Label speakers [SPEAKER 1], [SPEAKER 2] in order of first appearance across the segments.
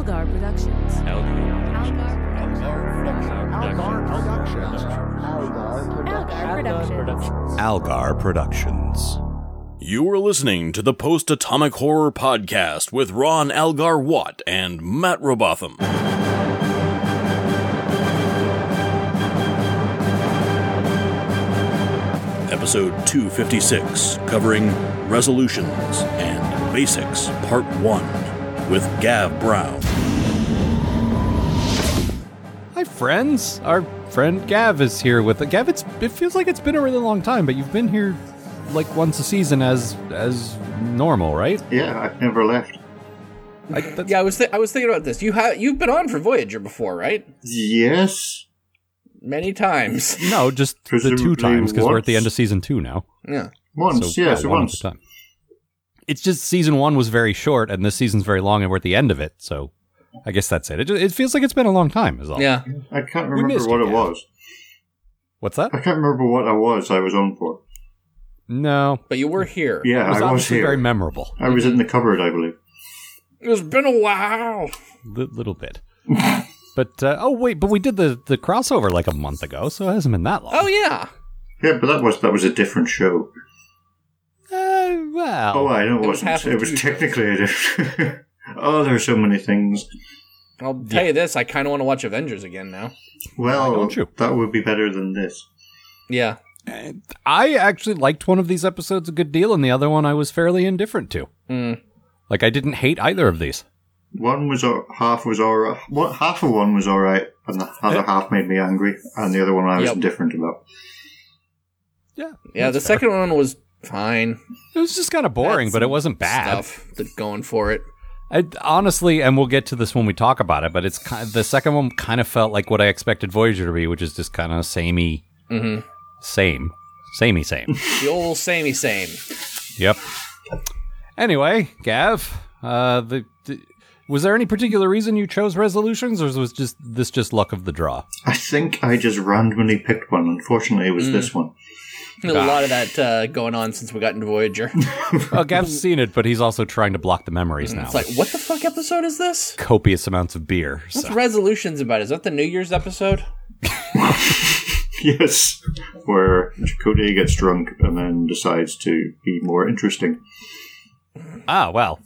[SPEAKER 1] Productions.
[SPEAKER 2] Algar Productions.
[SPEAKER 1] Algar Productions.
[SPEAKER 3] Algar Productions.
[SPEAKER 4] You are listening to the Post Atomic Horror Podcast with Ron Algar Watt and Matt Robotham. Episode 256, covering Resolutions and Basics, Part 1, with Gav Brown.
[SPEAKER 5] Hi, friends. Our friend Gav is here with Gav. It's it feels like it's been a really long time, but you've been here like once a season as as normal, right?
[SPEAKER 6] Yeah, I've never left.
[SPEAKER 7] Yeah, I was th- I was thinking about this. You have you've been on for Voyager before, right?
[SPEAKER 6] Yes.
[SPEAKER 7] Many times.
[SPEAKER 5] No, just the two
[SPEAKER 6] Presumably
[SPEAKER 5] times because we're at the
[SPEAKER 6] once.
[SPEAKER 5] end of season two now.
[SPEAKER 7] Yeah.
[SPEAKER 6] Once,
[SPEAKER 5] So,
[SPEAKER 6] yes,
[SPEAKER 5] yeah, one at
[SPEAKER 6] once.
[SPEAKER 5] a time. It's just season one was very short, and this season's very long, and we're at the end of it. So, I guess that's it. It, ju- it feels like it's been a long time. Is all.
[SPEAKER 7] Yeah.
[SPEAKER 6] I can't
[SPEAKER 5] We
[SPEAKER 6] remember
[SPEAKER 5] missed
[SPEAKER 6] what
[SPEAKER 5] you,
[SPEAKER 6] it
[SPEAKER 5] yeah.
[SPEAKER 6] was.
[SPEAKER 5] What's that?
[SPEAKER 6] I can't remember what I was I was on for.
[SPEAKER 5] No.
[SPEAKER 7] But you were here.
[SPEAKER 6] Yeah,
[SPEAKER 5] It was
[SPEAKER 6] I was
[SPEAKER 5] obviously
[SPEAKER 6] here.
[SPEAKER 5] very memorable.
[SPEAKER 6] I was in the cupboard, I believe.
[SPEAKER 7] It's been a while.
[SPEAKER 5] li- little bit. but uh, oh wait, but we did the the crossover like a month ago, so it hasn't been that long.
[SPEAKER 7] Oh yeah.
[SPEAKER 6] Yeah, but that was that was a different show.
[SPEAKER 5] Uh, well,
[SPEAKER 6] Oh, I know it
[SPEAKER 7] was
[SPEAKER 6] wasn't.
[SPEAKER 7] half of
[SPEAKER 6] it was
[SPEAKER 7] two shows.
[SPEAKER 6] technically a different. oh, there's so many things.
[SPEAKER 7] I'll tell you this. I kind of want to watch Avengers again now.
[SPEAKER 6] Well,
[SPEAKER 5] don't you?
[SPEAKER 6] that would be better than this.
[SPEAKER 7] Yeah.
[SPEAKER 5] I actually liked one of these episodes a good deal, and the other one I was fairly indifferent to.
[SPEAKER 7] Mm.
[SPEAKER 5] Like I didn't hate either of these.
[SPEAKER 6] One was al- half was all right. What half of one was all right, and the other half made me angry, and the other one I was
[SPEAKER 7] Yep.
[SPEAKER 6] indifferent about.
[SPEAKER 5] Yeah,
[SPEAKER 7] Yeah. the second one was fine.
[SPEAKER 5] it was just kind of boring,
[SPEAKER 7] That's
[SPEAKER 5] but it wasn't bad.
[SPEAKER 7] Stuff that going for it.
[SPEAKER 5] I, honestly, and we'll get to this when we talk about it, but it's kind the second one kind of felt like what I expected Voyager to be, which is just kind of samey,
[SPEAKER 7] hmm
[SPEAKER 5] same, samey, same.
[SPEAKER 7] The old samey same.
[SPEAKER 5] Yep. Anyway, Gav, uh, the, d was there any particular reason you chose resolutions, or was just this just luck of the draw?
[SPEAKER 6] I think I just randomly picked one. Unfortunately, it
[SPEAKER 5] Mm.
[SPEAKER 6] was this one.
[SPEAKER 7] A lot of that uh, going on since we got into Voyager.
[SPEAKER 5] Oh, Gav's seen it, but he's also trying to block the memories now.
[SPEAKER 7] It's like, what the fuck episode is this?
[SPEAKER 5] copious amounts of beer.
[SPEAKER 7] What's
[SPEAKER 5] So.
[SPEAKER 7] resolutions about? Is that the New Year's episode?
[SPEAKER 6] Yes, where Chakotay gets drunk and then decides to be more interesting.
[SPEAKER 5] Ah, well,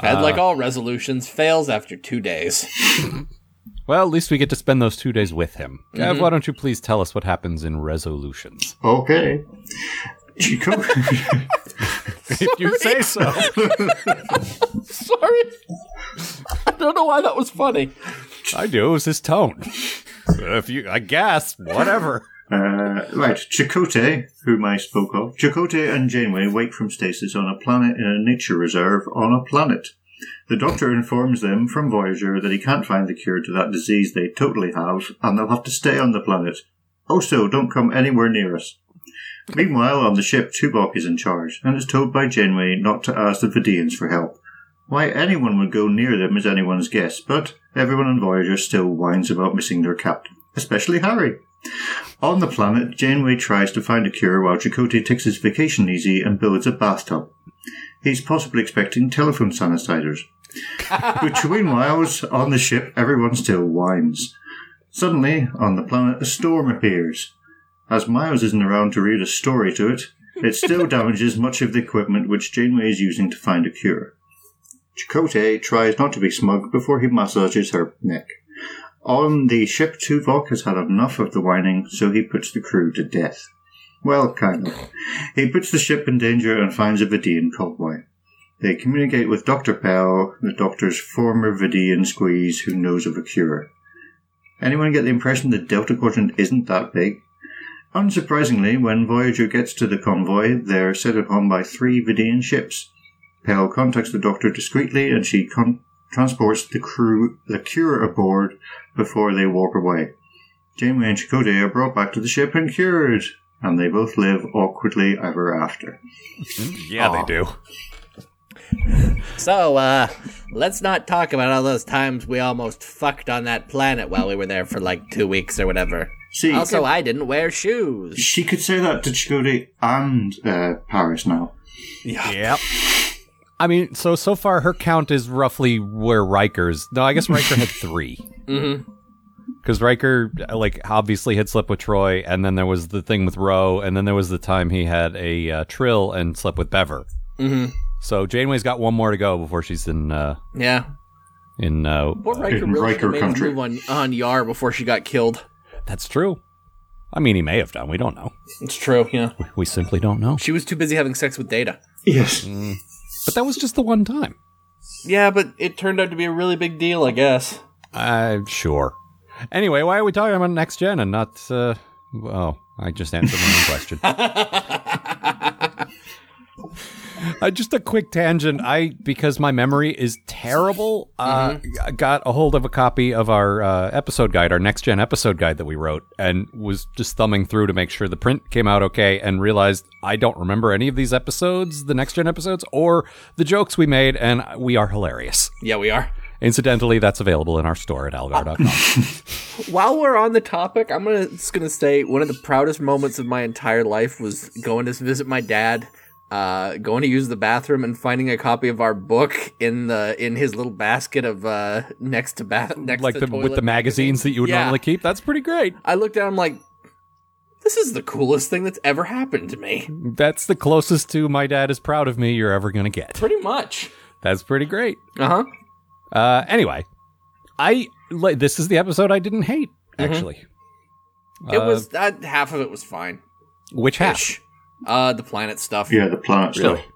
[SPEAKER 7] and like all resolutions, fails after two days.
[SPEAKER 5] well, at least we get to spend those two days with him. Gav, why don't you please tell us what happens in resolutions?
[SPEAKER 6] Okay. Chico,
[SPEAKER 5] if you say so.
[SPEAKER 7] Sorry. I don't know why that was funny.
[SPEAKER 5] I do. It was his tone. if you, I guess, whatever.
[SPEAKER 6] uh, right, Chakotay, whom I spoke of, Chakotay and Janeway wake from stasis on a planet in a nature reserve on a planet. The Doctor informs them from Voyager that he can't find the cure to that disease they totally have, and they'll have to stay on the planet. Also, don't come anywhere near us. Meanwhile, on the ship, Tubok is in charge, and is told by Janeway not to ask the Vidians for help. Why anyone would go near them is anyone's guess, but everyone on Voyager still whines about missing their captain, especially Harry. On the planet, Janeway tries to find a cure while Chakotay takes his vacation easy and builds a bathtub. He's possibly expecting telephone sanitizers. Between whiles, on the ship, everyone still whines. Suddenly, on the planet, a storm appears. As Miles isn't around to read a story to it, it still damages much of the equipment which Janeway is using to find a cure. Chakotay tries not to be smug before he massages her neck. On the ship, Tuvok has had enough of the whining, so he puts the crew to death. Well, kind of. He puts the ship in danger and finds a Vidian cowboy. They communicate with Dr. Pell, the doctor's former Vidian squeeze who knows of a cure. Anyone get the impression the Delta Quadrant isn't that big? Unsurprisingly, when Voyager gets to the convoy, they're set upon by three Vidian ships. Pell contacts the doctor discreetly and she con- transports the crew, the cure aboard before they walk away. Janeway and Chakotay are brought back to the ship and cured, and they both live awkwardly ever after.
[SPEAKER 5] Yeah, they do.
[SPEAKER 7] So, uh, let's not talk about all those times we almost fucked on that planet while we were there for like two weeks or whatever.
[SPEAKER 6] See,
[SPEAKER 7] Also, I didn't wear shoes.
[SPEAKER 6] she could say that to Chakotay and uh, Paris now.
[SPEAKER 5] Yep. I mean, so so far her count is roughly where Riker's. No, I guess Riker had three
[SPEAKER 7] Mm-hmm.
[SPEAKER 5] because Riker like obviously had slept with Troy, and then there was the thing with Roe, and then there was the time he had a uh, Trill and slept with Bever.
[SPEAKER 7] Mm-hmm.
[SPEAKER 5] So Janeway's got one more to go before she's in uh,
[SPEAKER 7] Yeah.
[SPEAKER 5] in. Uh,
[SPEAKER 7] Poor Riker
[SPEAKER 6] In
[SPEAKER 7] really
[SPEAKER 6] Riker
[SPEAKER 7] made his
[SPEAKER 6] country.
[SPEAKER 7] move on, on Yar before she got killed.
[SPEAKER 5] that's true. I mean, he may have done. We don't know.
[SPEAKER 7] It's true. Yeah.
[SPEAKER 5] We- We simply don't know.
[SPEAKER 7] She was too busy having sex with Data.
[SPEAKER 6] Yes.
[SPEAKER 5] But that was just the one time.
[SPEAKER 7] Yeah, but it turned out to be a really big deal, I guess.
[SPEAKER 5] I'm Uh, sure. Anyway, why are we talking about next gen and not? Uh, oh, I just answered my own question. Uh, just a quick tangent. I because my memory is terrible. Uh, g- Got a hold of a copy of our uh, episode guide, our next gen episode guide that we wrote, and was just thumbing through to make sure the print came out okay, and realized I don't remember any of these episodes, the next gen episodes, or the jokes we made, and we are hilarious.
[SPEAKER 7] Yeah, we are.
[SPEAKER 5] Incidentally, that's available in our store at algar.com.
[SPEAKER 7] While we're on the topic, I'm gonna just gonna say one of the proudest moments of my entire life was going to visit my dad, uh, going to use the bathroom and finding a copy of our book in the in his little basket of uh, next to bath next
[SPEAKER 5] like
[SPEAKER 7] to
[SPEAKER 5] the, with
[SPEAKER 7] toilet
[SPEAKER 5] the magazines that you would
[SPEAKER 7] Yeah.
[SPEAKER 5] normally keep. That's pretty great.
[SPEAKER 7] I looked down. I'm like, this is the coolest thing that's ever happened to me.
[SPEAKER 5] That's the closest to my dad is proud of me you're ever going to get.
[SPEAKER 7] Pretty much.
[SPEAKER 5] That's pretty great.
[SPEAKER 7] Uh huh.
[SPEAKER 5] Uh, anyway, I like, this is the episode I didn't hate
[SPEAKER 7] Mm-hmm.
[SPEAKER 5] actually.
[SPEAKER 7] it
[SPEAKER 5] Uh,
[SPEAKER 7] was that half of it was fine.
[SPEAKER 5] which half?
[SPEAKER 7] Ish. Uh, the planet stuff.
[SPEAKER 6] Yeah, the planet
[SPEAKER 5] Really?
[SPEAKER 6] stuff.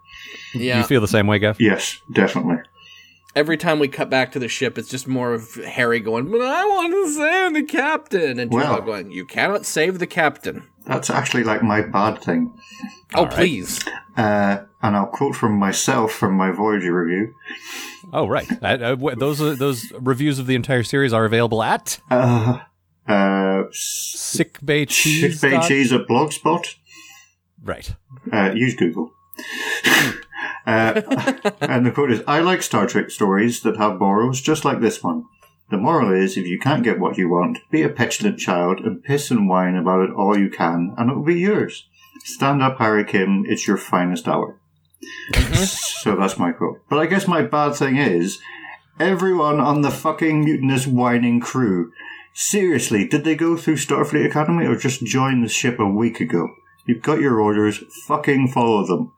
[SPEAKER 7] Yeah.
[SPEAKER 5] You feel the same way, Gav?
[SPEAKER 6] Yes, definitely.
[SPEAKER 7] Every time we cut back to the ship, it's just more of Harry going, "But I want to save the captain," and
[SPEAKER 6] Well.
[SPEAKER 7] Tuvok going, "You cannot save the captain."
[SPEAKER 6] That's actually like my bad thing.
[SPEAKER 7] Oh please!
[SPEAKER 6] Uh, and I'll quote from myself from my Voyager review.
[SPEAKER 5] Oh, right. I, I- w- those are, those reviews of the entire series are available at
[SPEAKER 6] Uh, uh, s-
[SPEAKER 5] sickbay cheese.
[SPEAKER 6] six bay cheese at Blogspot.
[SPEAKER 5] Right.
[SPEAKER 6] Uh, use Google. uh, and the quote is I like Star Trek stories that have morals just like this one. The moral is if you can't get what you want, be a petulant child and piss and whine about it all you can, and it will be yours. Stand up, Harry Kim, it's your finest hour. so that's my quote. But I guess my bad thing is everyone on the fucking mutinous whining crew. Seriously, did they go through Starfleet Academy or just join the ship a week ago? You've got your orders, fucking follow them.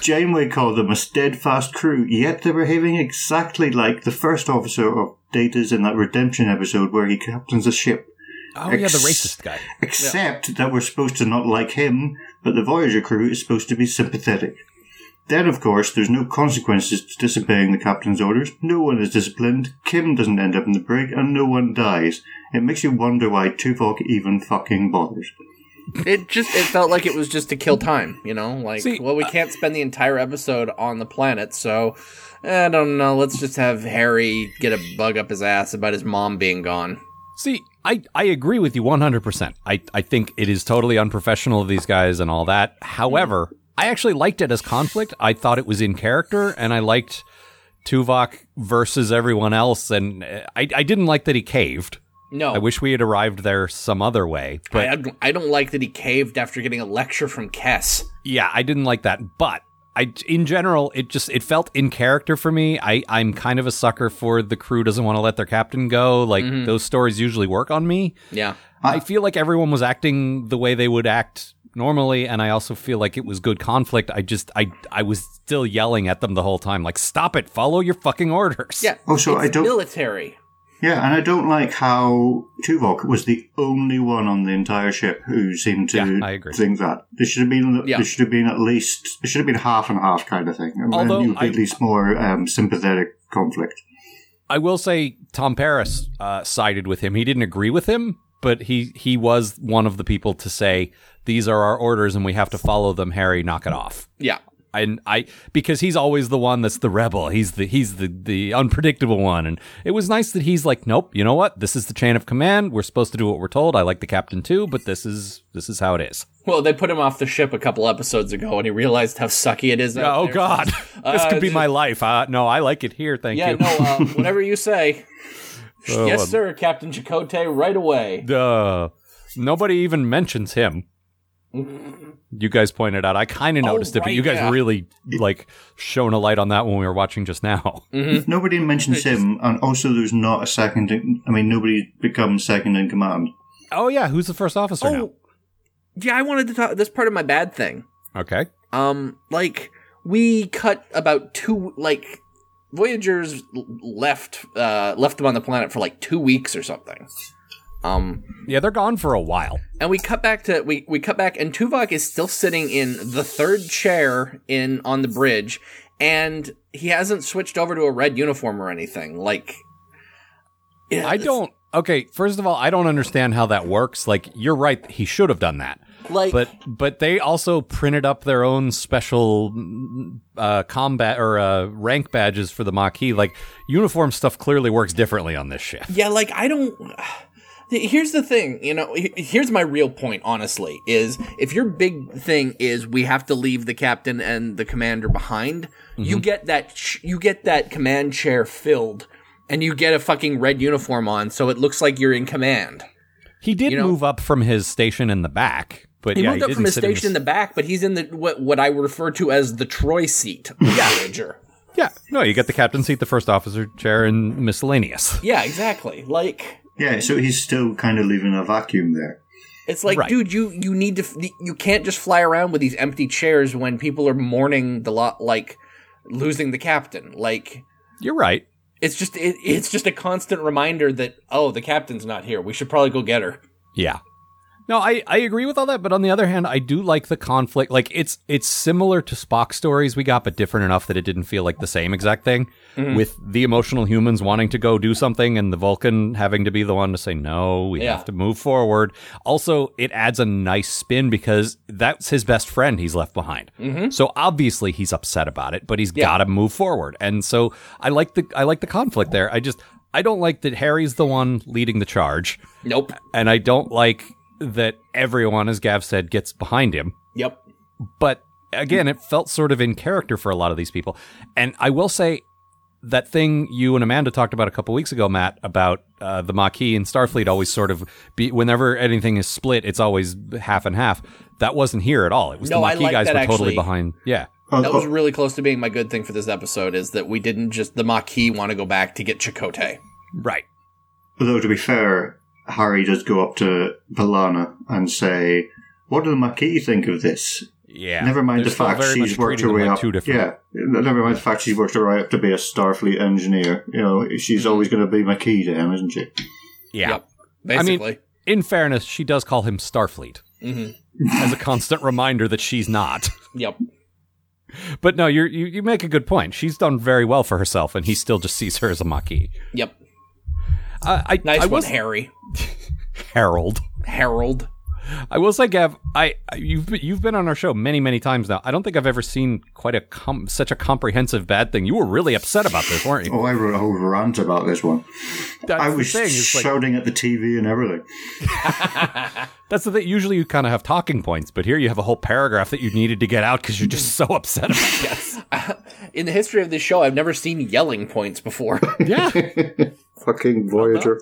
[SPEAKER 6] Janeway called them a steadfast crew, yet they're behaving exactly like the first officer of Data's in that redemption episode where he captains a ship.
[SPEAKER 5] Oh, yeah, the
[SPEAKER 6] Ex-
[SPEAKER 5] racist guy.
[SPEAKER 6] Except that we're supposed to not like him, but the Voyager crew is supposed to be sympathetic. Then, of course, there's no consequences to disobeying the captain's orders. No one is disciplined. Kim doesn't end up in the brig, and no one dies. It makes you wonder why Tuvok even fucking bothers.
[SPEAKER 7] It just it felt like it was just to kill time, you know. Like,
[SPEAKER 5] See,
[SPEAKER 7] well, we can't spend the entire episode on the planet, so eh, I don't know. Let's just have Harry get a bug up his ass about his mom being gone.
[SPEAKER 5] See, I, I agree with you 100%. I, I think it is totally unprofessional of these guys and all that. However, I actually liked it as conflict. I thought it was in character and I liked Tuvok versus everyone else. And uh, I, I didn't like that he caved.
[SPEAKER 7] No,
[SPEAKER 5] I wish we had arrived there some other way. But
[SPEAKER 7] I, I don't- I don't like that he caved after getting a lecture from Kess.
[SPEAKER 5] yeah, I didn't like that. But I, in general, it just it felt in character for me. I, I'm kind of a sucker for the crew doesn't want to let their captain go. Like those stories usually work on me.
[SPEAKER 7] Yeah,
[SPEAKER 6] I-
[SPEAKER 5] I feel like everyone was acting the way they would act normally, and I also feel like it was good conflict. I just I I was still yelling at them the whole time, like, stop it, follow your fucking orders.
[SPEAKER 7] yeah.
[SPEAKER 6] Also,
[SPEAKER 7] it's
[SPEAKER 6] I don't-
[SPEAKER 7] military.
[SPEAKER 6] Yeah, and I don't like how Tuvok was the only one on the entire ship who seemed to
[SPEAKER 5] Yeah, I agree.
[SPEAKER 6] think that there should have been
[SPEAKER 7] Yeah.
[SPEAKER 6] there should have been at least there should have been half and half kind of thing, and
[SPEAKER 5] Although
[SPEAKER 6] you-
[SPEAKER 5] I-
[SPEAKER 6] at least more um, sympathetic conflict.
[SPEAKER 5] I will say Tom Paris uh, sided with him. He didn't agree with him, but he he was one of the people to say these are our orders and we have to follow them. Harry, knock it off.
[SPEAKER 7] Yeah,
[SPEAKER 5] And I because he's always the one that's the rebel. He's the he's the the unpredictable one. And it was nice that he's like, nope. You know what? This is the chain of command. We're supposed to do what we're told. I like the captain too, but this is this is how it is.
[SPEAKER 7] Well, they put him off the ship a couple episodes ago, and he realized how sucky it is. out
[SPEAKER 5] Oh
[SPEAKER 7] there.
[SPEAKER 5] God, this
[SPEAKER 7] Uh,
[SPEAKER 5] could be my life. Uh, no, I like it here. Thank
[SPEAKER 7] Yeah,
[SPEAKER 5] you.
[SPEAKER 7] no. Uh, whatever you say.
[SPEAKER 5] Oh,
[SPEAKER 7] yes,
[SPEAKER 5] um,
[SPEAKER 7] sir, Captain Chakotay, right away.
[SPEAKER 5] Duh. Nobody even mentions him. you guys pointed out. I kind of noticed it, but
[SPEAKER 7] Oh, right,
[SPEAKER 5] you guys
[SPEAKER 7] yeah.
[SPEAKER 5] really like shone a light on that when we were watching just now.
[SPEAKER 7] Mm.
[SPEAKER 6] Nobody mentions him, and also there's not a second. In, I mean, nobody becomes second in command.
[SPEAKER 5] Oh yeah, who's the first officer
[SPEAKER 7] Oh, yeah. I wanted to talk. That's part of my bad thing.
[SPEAKER 5] now? Okay.
[SPEAKER 7] Um, like we cut about two like Voyagers l- left uh left them on the planet for like two weeks or something. Um,
[SPEAKER 5] Yeah, they're gone for a while.
[SPEAKER 7] and we cut back to we we cut back, and Tuvok is still sitting in the third chair in on the bridge, and he hasn't switched over to a red uniform or anything. Like, yeah,
[SPEAKER 5] I don't. Okay, first of all, I don't understand how that works. Like, you're right; he should have done that.
[SPEAKER 7] like
[SPEAKER 5] But but they also printed up their own special mm, uh, combat or uh, rank badges for the Maquis. Like, uniform stuff clearly works differently on this shift.
[SPEAKER 7] Yeah, like I don't. Here's the thing, you know. he- Here's my real point, honestly, is if your big thing is we have to leave the captain and the commander behind,
[SPEAKER 5] Mm-hmm.
[SPEAKER 7] you get that ch- you get that command chair filled, and you get a fucking red uniform on, so it looks like you're in command.
[SPEAKER 5] He did
[SPEAKER 7] You know-
[SPEAKER 5] move up from his station in the back, but
[SPEAKER 7] He
[SPEAKER 5] yeah,
[SPEAKER 7] moved
[SPEAKER 5] he
[SPEAKER 7] up
[SPEAKER 5] didn't
[SPEAKER 7] from his
[SPEAKER 5] sit in
[SPEAKER 7] station in the back, but he's in the what, what I would refer to as the Troy seat. Yeah, Voyager.
[SPEAKER 5] yeah. No, you get the captain seat, the first officer chair, and miscellaneous.
[SPEAKER 7] Yeah, exactly. Like
[SPEAKER 6] Yeah, so he's still kind of leaving a vacuum there.
[SPEAKER 7] It's like,
[SPEAKER 5] Right.
[SPEAKER 7] dude, you you need to f- you can't just fly around with these empty chairs when people are mourning the lot like losing the captain. Like
[SPEAKER 5] You're right.
[SPEAKER 7] it's just it, it's just a constant reminder that oh, the captain's not here. We should probably go get her.
[SPEAKER 5] Yeah. No, I, I agree with all that, but on the other hand, I do like the conflict. Like it's it's similar to Spock stories we got, but different enough that it didn't feel like the same exact thing. With the emotional humans wanting to go do something and the Vulcan having to be the one to say no, we
[SPEAKER 7] Yeah.
[SPEAKER 5] have to move forward. Also, it adds a nice spin because that's his best friend he's left behind. So obviously he's upset about it, but he's got to move forward. And so I like the I like the conflict there. I just I don't like that Harry's the one leading the charge
[SPEAKER 7] Nope.
[SPEAKER 5] and I don't like that everyone, as Gav said, gets behind him.
[SPEAKER 7] Yep.
[SPEAKER 5] But again, it felt sort of in character for a lot of these people. And I will say that thing you and Amanda talked about a couple weeks ago, Matt, about uh, the Maquis and Starfleet always sort of be whenever anything is split, it's always half and half. That wasn't here at all. It was
[SPEAKER 7] No,
[SPEAKER 5] the
[SPEAKER 7] I
[SPEAKER 5] Maquis
[SPEAKER 7] like
[SPEAKER 5] guys
[SPEAKER 7] that
[SPEAKER 5] were totally
[SPEAKER 7] actually.
[SPEAKER 5] behind. Yeah.
[SPEAKER 6] Oh,
[SPEAKER 7] That was
[SPEAKER 6] oh,
[SPEAKER 7] really close to being my good thing for this episode is that we didn't just the Maquis want to go back to get Chakotay.
[SPEAKER 5] Right.
[SPEAKER 6] although, to be fair, Harry does go up to Balana and say, What do the Maquis think of this?
[SPEAKER 5] Yeah.
[SPEAKER 6] Never mind
[SPEAKER 5] They're
[SPEAKER 6] the
[SPEAKER 5] still
[SPEAKER 6] fact
[SPEAKER 5] very
[SPEAKER 6] she's
[SPEAKER 5] much
[SPEAKER 6] worked
[SPEAKER 5] treating
[SPEAKER 6] her
[SPEAKER 5] them
[SPEAKER 6] way
[SPEAKER 5] like
[SPEAKER 6] up.
[SPEAKER 5] Two different.
[SPEAKER 6] yeah, never mind the fact she's worked her way up to be a Starfleet engineer. You know, she's
[SPEAKER 5] Mm-hmm.
[SPEAKER 6] always going to be McKee to him, isn't she?
[SPEAKER 5] Yeah.
[SPEAKER 7] Yep.
[SPEAKER 5] I mean-
[SPEAKER 7] Basically.
[SPEAKER 5] In fairness, she does call him Starfleet
[SPEAKER 7] Mm-hmm.
[SPEAKER 5] as a constant reminder that she's not.
[SPEAKER 7] yep.
[SPEAKER 5] But no, you're, you you make a good point. She's done very well for herself, and he still just sees her as a Maquis.
[SPEAKER 7] Yep.
[SPEAKER 5] I, I,
[SPEAKER 7] Nice
[SPEAKER 5] I
[SPEAKER 7] one,
[SPEAKER 5] was
[SPEAKER 7] Harry.
[SPEAKER 5] Harold.
[SPEAKER 7] Harold.
[SPEAKER 5] I will say, Gav, I I- you've been- you've been on our show many many times now. I don't think I've ever seen quite a com- such a comprehensive bad thing. You were really upset about this, weren't you?
[SPEAKER 6] Oh, I wrote a whole rant about this one.
[SPEAKER 5] That's
[SPEAKER 6] I
[SPEAKER 5] the
[SPEAKER 6] was
[SPEAKER 5] thing. It's like-
[SPEAKER 6] shouting at the TV and everything.
[SPEAKER 5] that's the thing. Usually, you kind of have talking points, but here you have a whole paragraph that you needed to get out because you're just so upset about it.
[SPEAKER 7] In the history of this show, I've never seen yelling points before.
[SPEAKER 5] yeah.
[SPEAKER 6] Fucking Voyager.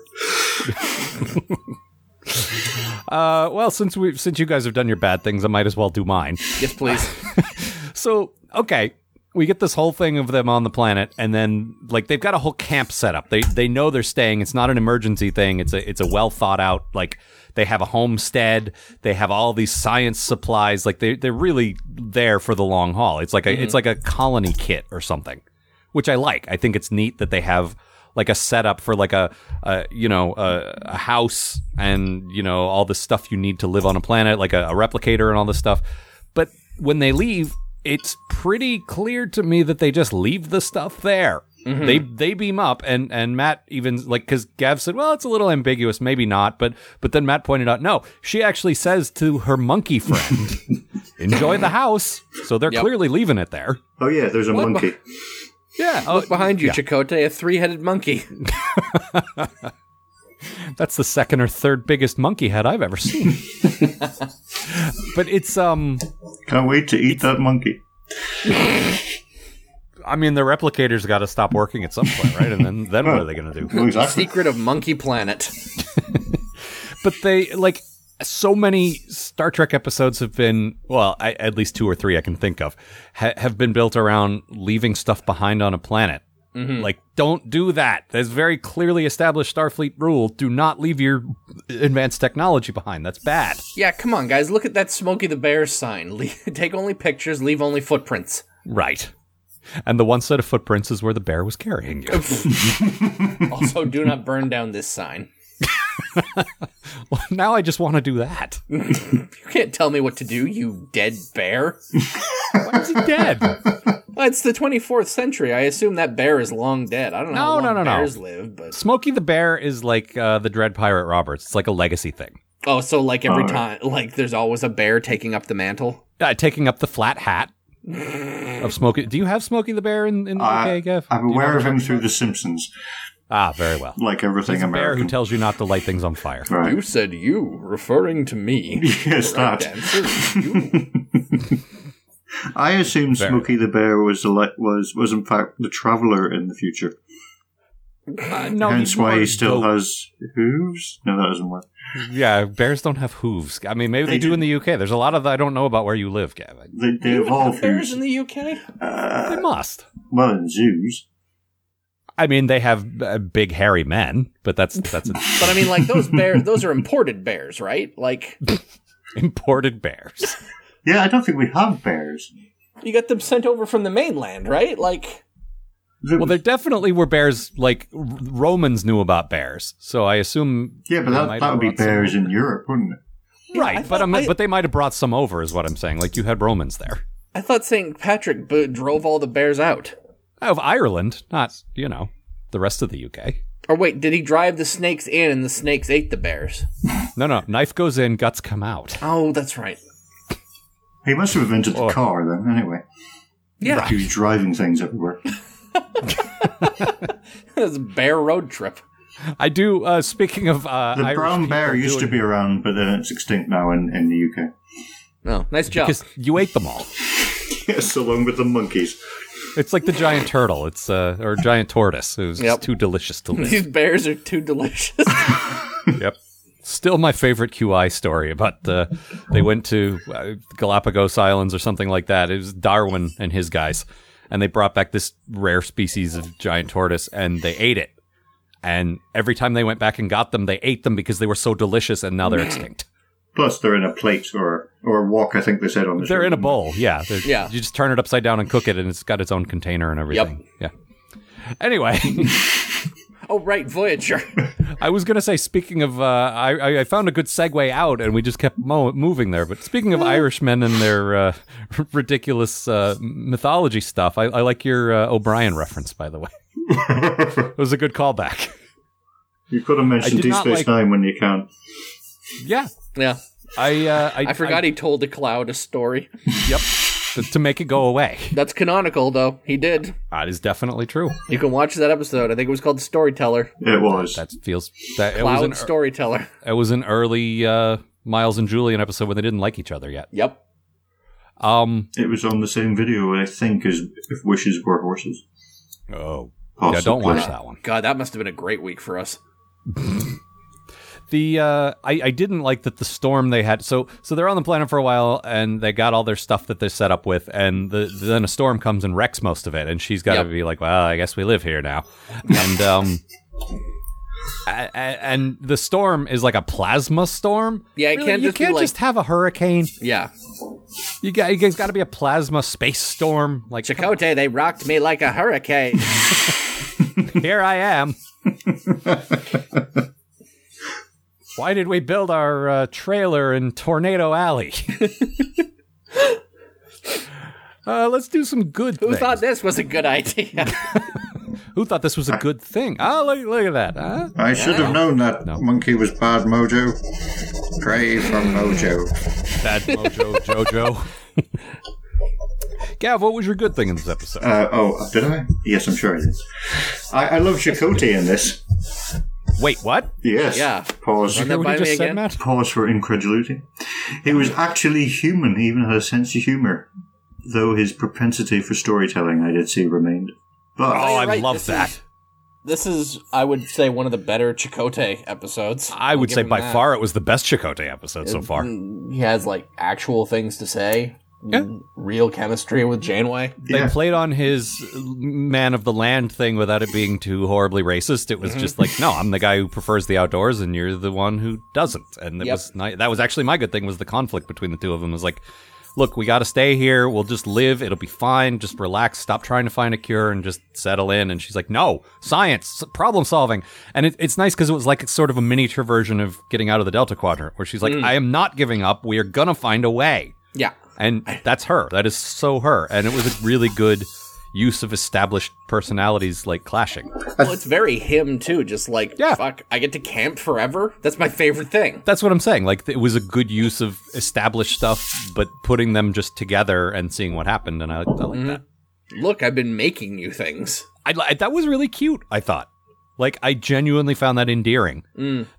[SPEAKER 5] Uh, well, since we since you guys have done your bad things, I might as well do mine.
[SPEAKER 7] yes, please.
[SPEAKER 5] So, okay, we get this whole thing of them on the planet, and then like they've got a whole camp set up. They they know they're staying. It's not an emergency thing. It's a it's a well thought out like they have a homestead. They have all these science supplies. Like they they're really there for the long haul. It's like a it's like a colony kit or something, which I like. I think it's neat that they have. Like a setup for like a, a you know a, a house and you know all the stuff you need to live on a planet like a, a replicator and all this stuff, but when they leave, it's pretty clear to me that they just leave the stuff there. They they beam up and and Matt even like because Gav said, well, it's a little ambiguous, maybe not, but but then Matt pointed out, no, she actually says to her monkey friend, enjoy the house. So they're
[SPEAKER 7] Yep.
[SPEAKER 5] clearly leaving it there. Oh,
[SPEAKER 6] Oh yeah, there's a monkey.
[SPEAKER 5] Yeah,
[SPEAKER 7] Look behind you,
[SPEAKER 5] yeah.
[SPEAKER 7] Chakotay, a three-headed monkey.
[SPEAKER 5] That's the second or third biggest monkey head I've ever seen. but it's um,
[SPEAKER 6] Can't wait to eat that monkey.
[SPEAKER 5] I mean, the replicator's got to stop working at some point, right? And then then what are they going to do?
[SPEAKER 6] Well, exactly.
[SPEAKER 7] Secret of Monkey Planet.
[SPEAKER 5] but they like so many Star Trek episodes have been, well, I, at least two or three I can think of, ha- have been built around leaving stuff behind on a planet. Like, don't do that. There's very clearly established Starfleet rule: do not leave your advanced technology behind. That's bad.
[SPEAKER 7] Yeah, come on, guys. Look at that Smokey the Bear sign. Le- Take only pictures, leave only footprints.
[SPEAKER 5] Right. And the one set of footprints is where the bear was carrying you.
[SPEAKER 7] Also, do not burn down this sign.
[SPEAKER 5] well, now I just want to do that.
[SPEAKER 7] You can't tell me what to do, you dead bear.
[SPEAKER 5] Why is he dead?
[SPEAKER 7] Well, it's the 24th century. I assume that bear is long dead. I don't know how
[SPEAKER 5] No,
[SPEAKER 7] long
[SPEAKER 5] no, no, no.
[SPEAKER 7] bears live, but
[SPEAKER 5] Smokey the Bear is like uh, the Dread Pirate Roberts. It's like a legacy thing.
[SPEAKER 7] oh, so like every
[SPEAKER 6] Alright.
[SPEAKER 7] time, like there's always a bear taking up the mantle.
[SPEAKER 5] Uh, taking up the flat hat of Smokey. Do you have Smokey the Bear in, in the
[SPEAKER 6] I,
[SPEAKER 5] UK, Gav?
[SPEAKER 6] Uh, I'm
[SPEAKER 5] Do you know
[SPEAKER 6] aware
[SPEAKER 5] what
[SPEAKER 6] of
[SPEAKER 5] I'm
[SPEAKER 6] him
[SPEAKER 5] talking
[SPEAKER 6] through
[SPEAKER 5] about?
[SPEAKER 6] The Simpsons,
[SPEAKER 5] Ah, very well.
[SPEAKER 6] like everything
[SPEAKER 5] He's a bear who
[SPEAKER 6] American.
[SPEAKER 5] tells you not to light things on fire.
[SPEAKER 6] right.
[SPEAKER 7] said you, referring to me.
[SPEAKER 6] Yes, that.
[SPEAKER 7] Answer, you.
[SPEAKER 6] I assume Smokey the Bear was the li- was was in fact the traveler in the future.
[SPEAKER 5] Uh, no,
[SPEAKER 6] Hence
[SPEAKER 5] he's
[SPEAKER 6] why
[SPEAKER 5] more
[SPEAKER 6] he still
[SPEAKER 5] goat.
[SPEAKER 6] has hooves. No, that doesn't work.
[SPEAKER 5] Yeah, bears don't have hooves. I mean, maybe they,
[SPEAKER 6] They
[SPEAKER 5] do
[SPEAKER 6] do.
[SPEAKER 5] in the UK. There's a lot of that I don't know about where you live, Gavin.
[SPEAKER 6] They, they
[SPEAKER 7] You would
[SPEAKER 6] evolve
[SPEAKER 7] have bears
[SPEAKER 6] hooves.
[SPEAKER 7] in the UK?
[SPEAKER 6] Uh,
[SPEAKER 5] They must.
[SPEAKER 6] well, in zoos.
[SPEAKER 5] I mean, they have uh, big hairy men, but that's that's an
[SPEAKER 7] But I mean, like those bears, those are imported bears, right? Like
[SPEAKER 5] imported bears.
[SPEAKER 6] Yeah, I don't think we have bears.
[SPEAKER 7] you got them sent over from the mainland, right? Like
[SPEAKER 6] The-
[SPEAKER 5] Well, there definitely were bears. Like R- Romans knew about bears, so I assume.
[SPEAKER 6] yeah, but
[SPEAKER 5] they
[SPEAKER 6] that,
[SPEAKER 5] might
[SPEAKER 6] that
[SPEAKER 5] have
[SPEAKER 6] would be
[SPEAKER 5] brought some-
[SPEAKER 6] bears in Europe, wouldn't it?
[SPEAKER 5] right?
[SPEAKER 7] I
[SPEAKER 5] but
[SPEAKER 7] thought-
[SPEAKER 5] I'm,
[SPEAKER 7] I-
[SPEAKER 5] but they might have brought some over, is what I'm saying. Like you had Romans there
[SPEAKER 7] I thought St. Patrick b- drove all the bears out.
[SPEAKER 5] of Ireland, not you know the rest of the UK.
[SPEAKER 7] Or wait, did he drive the snakes in and the snakes ate the bears?
[SPEAKER 5] No, no, knife goes in, guts come out.
[SPEAKER 7] Oh, that's right.
[SPEAKER 6] He must have invented the
[SPEAKER 5] Oh.
[SPEAKER 6] car then, anyway.
[SPEAKER 7] Yeah,
[SPEAKER 6] He was driving things everywhere.
[SPEAKER 7] it was a bear road trip.
[SPEAKER 5] I do. Uh, speaking of uh,
[SPEAKER 6] The
[SPEAKER 5] Irish
[SPEAKER 6] brown bear
[SPEAKER 5] people
[SPEAKER 6] used to
[SPEAKER 5] doing-
[SPEAKER 6] be around, but then it's extinct now in, in the UK.
[SPEAKER 7] No, Oh, nice job.
[SPEAKER 5] because you ate them all.
[SPEAKER 6] Yes, along with the monkeys.
[SPEAKER 5] It's like the giant turtle. It's uh, or giant tortoise. It was
[SPEAKER 7] Yep.
[SPEAKER 5] too delicious to live.
[SPEAKER 7] These bears are too delicious.
[SPEAKER 5] Yep. Still my favorite QI story about uh, they went to uh, Galapagos Islands or something like that. It was Darwin and his guys, and they brought back this rare species of giant tortoise, and they ate it. And every time they went back and got them, they ate them because they were so delicious, and now they're extinct.
[SPEAKER 6] Plus, they're in a plate or or a wok, I think they said on the
[SPEAKER 5] They're
[SPEAKER 6] show.
[SPEAKER 5] in a bowl, yeah. They're-
[SPEAKER 7] Yeah.
[SPEAKER 5] You just turn it upside down and cook it, and it's got its own container and everything. Yeah. Anyway,
[SPEAKER 7] oh, right, Voyager.
[SPEAKER 5] I was going to say, speaking of, uh, I, I- I found a good segue out, and we just kept mo- moving there. But speaking of Irishmen and their uh, ridiculous uh, mythology stuff, I, I like your uh, O'Brien reference, by the way. it was a good callback.
[SPEAKER 6] You've got to mention
[SPEAKER 5] I did
[SPEAKER 6] Deep
[SPEAKER 5] not
[SPEAKER 6] Space
[SPEAKER 5] like-
[SPEAKER 6] Nine when you can.
[SPEAKER 5] Yeah,
[SPEAKER 7] Yeah,
[SPEAKER 5] I uh, I,
[SPEAKER 7] I forgot he told the cloud a story.
[SPEAKER 5] yep, to, to make it go away.
[SPEAKER 7] That's canonical, though. He did.
[SPEAKER 5] That is definitely true.
[SPEAKER 7] You can watch that episode. I think it was called The Storyteller.
[SPEAKER 6] It was.
[SPEAKER 5] That feels that it was
[SPEAKER 7] Cloud
[SPEAKER 5] an er- ear-
[SPEAKER 7] Storyteller.
[SPEAKER 5] it was an early uh, Miles and Julian episode when they didn't like each other yet.
[SPEAKER 7] Yep.
[SPEAKER 5] Um,
[SPEAKER 6] It was on the same video, I think, as If Wishes Were Horses.
[SPEAKER 5] oh, yeah,
[SPEAKER 6] Possibly.
[SPEAKER 5] don't watch that one.
[SPEAKER 7] God, that must have been a great week for us.
[SPEAKER 5] the uh, I, I didn't like that the storm they had so so they're on the planet for a while and they got all their stuff that they're set up with and the, then a storm comes and wrecks most of it and she's got to
[SPEAKER 7] Yep.
[SPEAKER 5] be like well I guess we live here now and um a- a- and the storm is like a plasma storm
[SPEAKER 7] Yeah, it
[SPEAKER 5] Really?
[SPEAKER 7] can't
[SPEAKER 5] you
[SPEAKER 7] just be
[SPEAKER 5] can't
[SPEAKER 7] like-
[SPEAKER 5] just have a hurricane
[SPEAKER 7] Yeah.
[SPEAKER 5] you got you guys got to be a plasma space storm like
[SPEAKER 7] Chakotay, they rocked me like a hurricane.
[SPEAKER 5] here I am. Why did we build our uh, trailer in Tornado Alley? uh, let's do some good
[SPEAKER 7] Who
[SPEAKER 5] things.
[SPEAKER 7] thought this was a good idea?
[SPEAKER 5] Who thought this was a good thing? Ah, look, look at that. Huh?
[SPEAKER 6] I should have known that
[SPEAKER 5] No.
[SPEAKER 6] monkey was bad mojo. Pray for mojo.
[SPEAKER 5] Bad mojo, Jojo. Gav, what was your good thing in this episode?
[SPEAKER 6] Uh, oh, did I? Yes, I'm sure I did. I, I love Chakotay in this.
[SPEAKER 5] Wait, what?
[SPEAKER 6] Yes.
[SPEAKER 7] Yeah.
[SPEAKER 6] Pause.
[SPEAKER 7] Run that
[SPEAKER 5] What
[SPEAKER 7] by
[SPEAKER 5] you just
[SPEAKER 7] me
[SPEAKER 5] said,
[SPEAKER 7] again.
[SPEAKER 5] Matt?
[SPEAKER 6] Pause for incredulity. He was actually human. He even had a sense of humor, though his propensity for storytelling I did see remained. But
[SPEAKER 5] Oh, I
[SPEAKER 7] right,
[SPEAKER 5] love
[SPEAKER 7] this
[SPEAKER 5] that.
[SPEAKER 7] is- This is, I would say, one of the better Chakotay episodes.
[SPEAKER 5] I
[SPEAKER 7] I'll
[SPEAKER 5] would
[SPEAKER 7] give
[SPEAKER 5] say
[SPEAKER 7] him
[SPEAKER 5] by
[SPEAKER 7] that. Mm,
[SPEAKER 5] far it was the best Chicote episode so far.
[SPEAKER 7] He has like actual things to say. Mm, Real chemistry with Janeway.
[SPEAKER 5] They
[SPEAKER 6] Yeah.
[SPEAKER 5] played on his man of the land thing without it being too horribly racist. It was just like, no, I'm the guy who prefers the outdoors, and you're the one who doesn't. And it
[SPEAKER 7] Yep.
[SPEAKER 5] was ni- that was actually my good thing was the conflict between the two of them. It was like, look, we got to stay here. We'll just live. It'll be fine. Just relax. Stop trying to find a cure and just settle in. And she's like, no, science, s- problem solving. And it, it's nice because it was like it's sort of a miniature version of getting out of the Delta Quadrant, where she's like, I am not giving up. We are gonna find a way.
[SPEAKER 7] Yeah.
[SPEAKER 5] And that's her. That is so her. And it was a really good use of established personalities like clashing.
[SPEAKER 7] Well, it's very him too. Just like,
[SPEAKER 5] Yeah.
[SPEAKER 7] fuck, I get to camp forever. That's my favorite thing.
[SPEAKER 5] That's what I'm saying. Like it was a good use of established stuff, but putting them just together and seeing what happened. And I, I like that.
[SPEAKER 7] Look, I've been making you things.
[SPEAKER 5] I, li- that was really cute. I thought. Like I genuinely found that endearing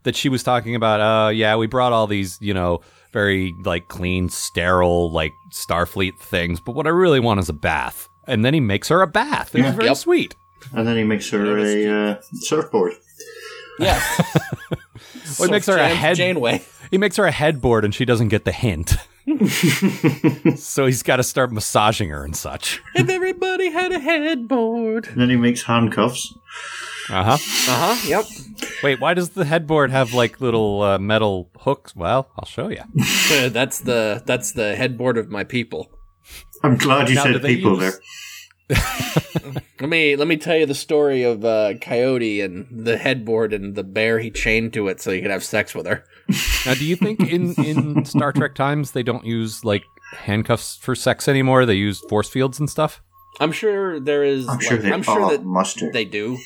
[SPEAKER 5] that she was talking about. Uh, yeah, we brought all these, you know, very like clean, sterile, like Starfleet things. But what I really want is a bath. And then he makes her a bath. It was very
[SPEAKER 7] Yep.
[SPEAKER 5] sweet.
[SPEAKER 6] And then he makes her a uh, surfboard.
[SPEAKER 7] Yes.
[SPEAKER 5] Well, he makes her a
[SPEAKER 7] Jan-
[SPEAKER 5] head.
[SPEAKER 7] Janeway.
[SPEAKER 5] He makes her a headboard and she doesn't get the hint. so he's got to start massaging her and such.
[SPEAKER 7] If everybody had a headboard.
[SPEAKER 6] And then he makes handcuffs.
[SPEAKER 5] Uh huh.
[SPEAKER 7] Uh huh. Yep.
[SPEAKER 5] Wait, why does the headboard have like little uh, metal hooks? Well, I'll show you.
[SPEAKER 7] Uh, that's the that's the headboard of my people.
[SPEAKER 6] I'm glad you
[SPEAKER 5] Now, do
[SPEAKER 6] said
[SPEAKER 5] they
[SPEAKER 6] people
[SPEAKER 5] use-
[SPEAKER 6] there.
[SPEAKER 7] Let me let me tell you the story of uh, Coyote and the headboard and the bear he chained to it so he could have sex with her.
[SPEAKER 5] Now, do you think in in Star Trek times they don't use like handcuffs for sex anymore? They use force fields and stuff.
[SPEAKER 7] I'm sure there is.
[SPEAKER 6] I'm sure
[SPEAKER 7] like-
[SPEAKER 6] they
[SPEAKER 7] I'm sure
[SPEAKER 6] all
[SPEAKER 7] that
[SPEAKER 6] must do.
[SPEAKER 7] they do.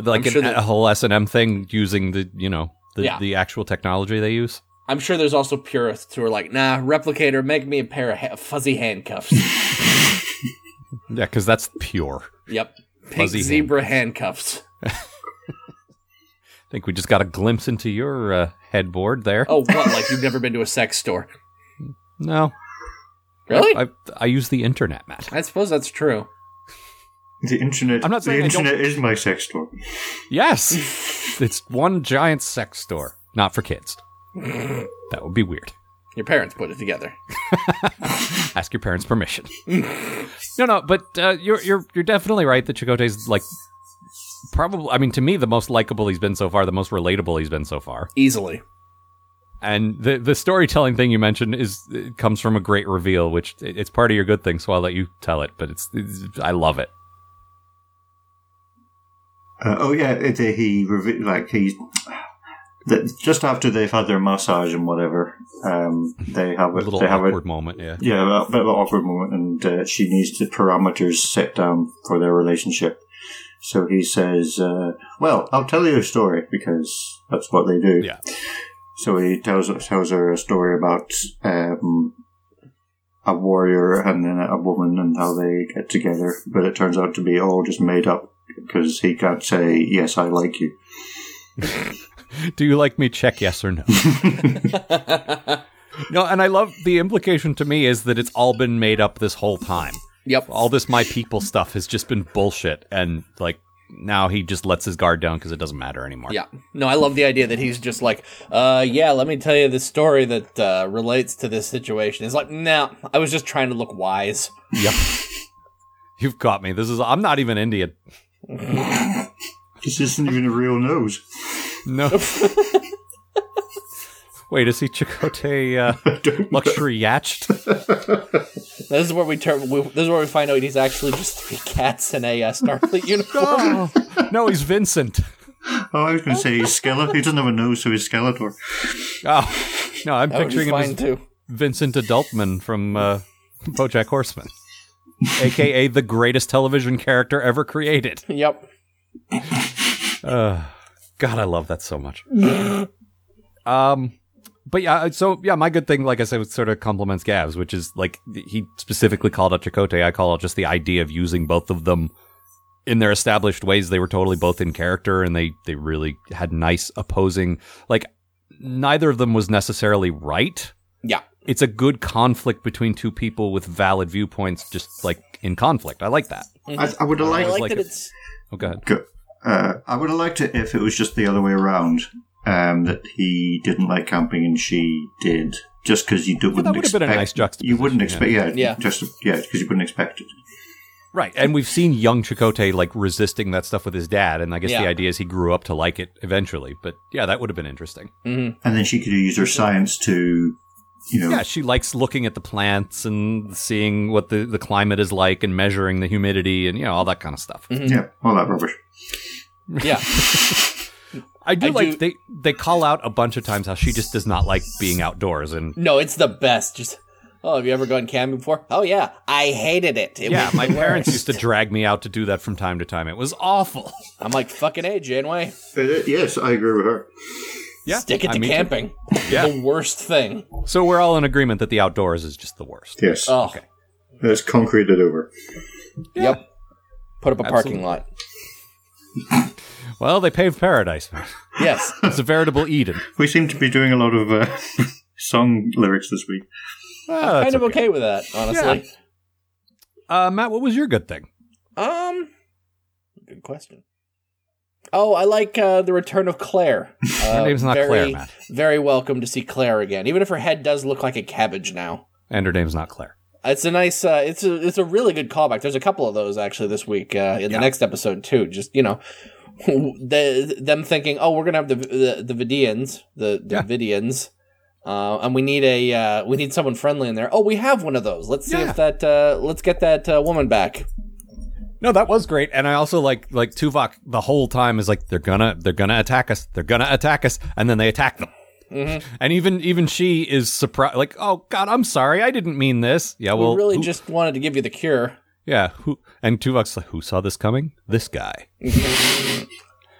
[SPEAKER 5] Like
[SPEAKER 7] I'm sure
[SPEAKER 5] an,
[SPEAKER 7] that-
[SPEAKER 5] a whole S and M thing using the you know the,
[SPEAKER 7] Yeah.
[SPEAKER 5] the actual technology they use.
[SPEAKER 7] I'm sure there's also purists who are like, nah, replicator, make me a pair of ha- fuzzy handcuffs.
[SPEAKER 5] Yeah, because that's pure.
[SPEAKER 7] yep. Pink
[SPEAKER 5] Fuzzy
[SPEAKER 7] zebra handcuffs.
[SPEAKER 5] I think we just got a glimpse into your uh, headboard there.
[SPEAKER 7] Oh, what? Like you've never been to a sex store?
[SPEAKER 5] No,
[SPEAKER 7] Really?
[SPEAKER 5] I I use the internet, Matt.
[SPEAKER 7] I suppose that's true.
[SPEAKER 6] The internet.
[SPEAKER 5] I'm not
[SPEAKER 6] the
[SPEAKER 5] saying I don't-
[SPEAKER 6] internet is my sex store.
[SPEAKER 5] Yes, it's one giant sex store, not for kids. That would be weird.
[SPEAKER 7] Your parents put it together.
[SPEAKER 5] Ask your parents' permission. no, no, but uh, you're you're you're definitely right that Chicote's like probably. I mean, to me, the most likable he's been so far, the most relatable he's been so far,
[SPEAKER 7] Easily.
[SPEAKER 5] and the the storytelling thing you mentioned is it comes from a great reveal, which it- it's part of your good thing. So I'll let you tell it, but it's, it's I love it.
[SPEAKER 6] Uh, oh yeah, it, uh, he revi- like he's that just after they've had their massage and whatever, um, they have
[SPEAKER 5] A
[SPEAKER 6] it.
[SPEAKER 5] little
[SPEAKER 6] They have
[SPEAKER 5] awkward
[SPEAKER 6] it.
[SPEAKER 5] moment, yeah.
[SPEAKER 6] Yeah, a bit of an awkward moment, and uh, she needs the parameters set down for their relationship. So he says, uh, "Well, I'll tell you a story because that's what they do."
[SPEAKER 5] Yeah.
[SPEAKER 6] So he tells tells her a story about um, a warrior and then a woman and how they get together, but it turns out to be all just made up because he can't say yes, I like you.
[SPEAKER 5] Do you like me? Check yes or no. no, and I love the implication to me is that it's all been made up this whole time.
[SPEAKER 7] Yep.
[SPEAKER 5] All this my people stuff has just been bullshit, and like now he just lets his guard down because it doesn't matter anymore.
[SPEAKER 7] Yeah. No, I love the idea that he's just like, uh, yeah, let me tell you this story that uh, relates to this situation. It's like, no, I was just trying to look wise.
[SPEAKER 5] Yep. You've got me. This is I'm not even Indian.
[SPEAKER 6] This isn't even a real nose.
[SPEAKER 5] No. Wait, is he Chicote uh, luxury yatched?
[SPEAKER 7] This is where we turn. We, this is where we find out he's actually just three cats in a uh, Starfleet uniform.
[SPEAKER 5] Oh, no, he's Vincent.
[SPEAKER 6] Oh, I was going to say he's Skeletor. He doesn't have a nose, so he's Skeletor.
[SPEAKER 5] Oh no, I'm
[SPEAKER 7] That would be
[SPEAKER 5] picturing him as
[SPEAKER 7] fine too.
[SPEAKER 5] Vincent Adultman from uh, BoJack Horseman, aka the greatest television character ever created.
[SPEAKER 7] Yep.
[SPEAKER 5] Uh, God, I love that so much. um, but yeah, so yeah, my good thing, like I said, was sort of complements Gav's, which is like he specifically called out Chakotay. I call out just the idea of using both of them in their established ways. They were totally both in character, and they they really had nice opposing. Like neither of them was necessarily right
[SPEAKER 7] Yeah.
[SPEAKER 5] it's a good conflict between two people with valid viewpoints, just like in conflict. I like that.
[SPEAKER 6] I, I would have
[SPEAKER 7] I
[SPEAKER 6] liked
[SPEAKER 7] like,
[SPEAKER 5] like
[SPEAKER 7] that
[SPEAKER 5] it.
[SPEAKER 7] it's
[SPEAKER 5] Oh, God.
[SPEAKER 6] Go- Uh, I would have liked it if it was just the other way around, um, that he didn't like camping and she did, just because you do,
[SPEAKER 5] that would
[SPEAKER 6] wouldn't
[SPEAKER 5] have
[SPEAKER 6] expect.
[SPEAKER 5] been a nice
[SPEAKER 6] you
[SPEAKER 5] juxtaposition,
[SPEAKER 6] wouldn't expect, yeah,
[SPEAKER 7] Yeah.
[SPEAKER 6] just yeah, because you wouldn't expect it.
[SPEAKER 5] Right. And we've seen young Chakotay like resisting that stuff with his dad, and I guess
[SPEAKER 7] Yeah.
[SPEAKER 5] the idea is he grew up to like it eventually. But yeah, that would have been interesting.
[SPEAKER 6] And then she could use her science to, you know,
[SPEAKER 5] Yeah, she likes looking at the plants and seeing what the, the climate is like and measuring the humidity and you know, all that kind of stuff.
[SPEAKER 6] yeah, all that rubbish.
[SPEAKER 7] Yeah.
[SPEAKER 5] I do
[SPEAKER 7] I
[SPEAKER 5] like
[SPEAKER 7] do-
[SPEAKER 5] they they call out a bunch of times how she just does not like being outdoors and
[SPEAKER 7] No, it's the best. Just oh, have you ever gone camping before? Oh yeah, I hated it. It
[SPEAKER 5] yeah,
[SPEAKER 7] was
[SPEAKER 5] my
[SPEAKER 7] the
[SPEAKER 5] parents
[SPEAKER 7] worst.
[SPEAKER 5] used to drag me out to do that from time to time. It was awful.
[SPEAKER 7] I'm like fucking a Janeway.
[SPEAKER 6] Uh, yes, I agree with her.
[SPEAKER 5] Yeah,
[SPEAKER 7] Stick it
[SPEAKER 5] I
[SPEAKER 7] to
[SPEAKER 5] mean,
[SPEAKER 7] camping.
[SPEAKER 5] Yeah.
[SPEAKER 7] The worst thing.
[SPEAKER 5] So we're all in agreement that the outdoors is just the worst.
[SPEAKER 6] Yes,
[SPEAKER 7] Oh,
[SPEAKER 6] that's concreted over.
[SPEAKER 7] yep. Put up a
[SPEAKER 5] Absolutely.
[SPEAKER 7] parking lot.
[SPEAKER 5] Well, they paved paradise. man.
[SPEAKER 7] Yes.
[SPEAKER 5] It's a veritable Eden.
[SPEAKER 6] We seem to be doing a lot of uh, song lyrics this week.
[SPEAKER 5] Ah, that's
[SPEAKER 7] kind of
[SPEAKER 5] okay.
[SPEAKER 7] okay. with that, honestly.
[SPEAKER 5] Uh, Matt, what was your good thing?
[SPEAKER 7] Um, good question. Oh, I like uh, the return of Claire. Uh,
[SPEAKER 5] name's not
[SPEAKER 7] very,
[SPEAKER 5] Claire, Matt.
[SPEAKER 7] Very welcome to see Claire again, even if her head does look like a cabbage now.
[SPEAKER 5] And her name's not Claire.
[SPEAKER 7] It's a nice. Uh, it's a it's a really good callback. There's a couple of those actually this week uh, in the next episode too. Just you know, the, them thinking, oh, we're gonna have the the, the Vidians, the the
[SPEAKER 5] Yeah.
[SPEAKER 7] Vidians, uh, and we need a uh, we need someone friendly in there. Oh, we have one of those. Let's see
[SPEAKER 5] Yeah.
[SPEAKER 7] if that uh, let's get that uh, woman back.
[SPEAKER 5] No, that was great, and I also like like Tuvok the whole time is like they're gonna they're gonna attack us, they're gonna attack us, and then they attack them. And even even she is surprised, like, oh God, I'm sorry, I didn't mean this. Yeah, well,
[SPEAKER 7] we really
[SPEAKER 5] who-
[SPEAKER 7] just wanted to give you the cure.
[SPEAKER 5] yeah. Who and Tuvok's like, who saw this coming? This guy,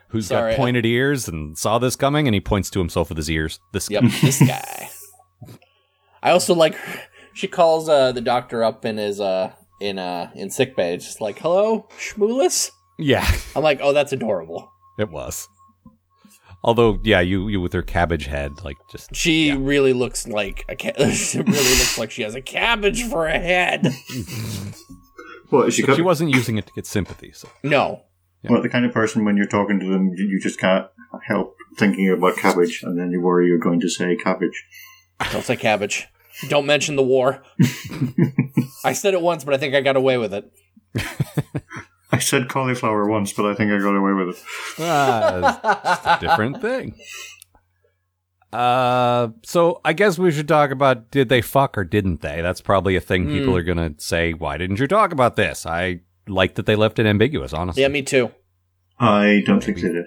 [SPEAKER 5] who's
[SPEAKER 7] Sorry, I-
[SPEAKER 5] got pointed ears and saw this coming, and he points to himself with his ears. This
[SPEAKER 7] Yep, this guy. I also like she calls uh, the doctor up in his uh in uh in sick bay. It's just like, "Hello, Schmoolus."
[SPEAKER 5] yeah,
[SPEAKER 7] I'm like, "Oh, that's adorable."
[SPEAKER 5] it was. Although, yeah, you you with her cabbage head, like just
[SPEAKER 7] She really looks like a ca- she really looks like she has a cabbage for a head.
[SPEAKER 6] What is she?
[SPEAKER 5] she wasn't using it to get sympathy. So
[SPEAKER 7] No.
[SPEAKER 6] Well, the kind of person when you're talking to them, you you just can't help thinking about cabbage, and then you worry you're going to say cabbage.
[SPEAKER 7] Don't say cabbage. Don't mention the war. I said it once, but I think I got away with it.
[SPEAKER 6] I said cauliflower once, but I think I got away with it.
[SPEAKER 5] Ah, it's a different thing. Uh, so I guess we should talk about did they fuck or didn't they? That's probably a thing
[SPEAKER 7] Hmm.
[SPEAKER 5] people are gonna say. Why didn't you talk about this? I like that they left it ambiguous. Honestly,
[SPEAKER 7] Yeah, me too.
[SPEAKER 6] I don't think they did.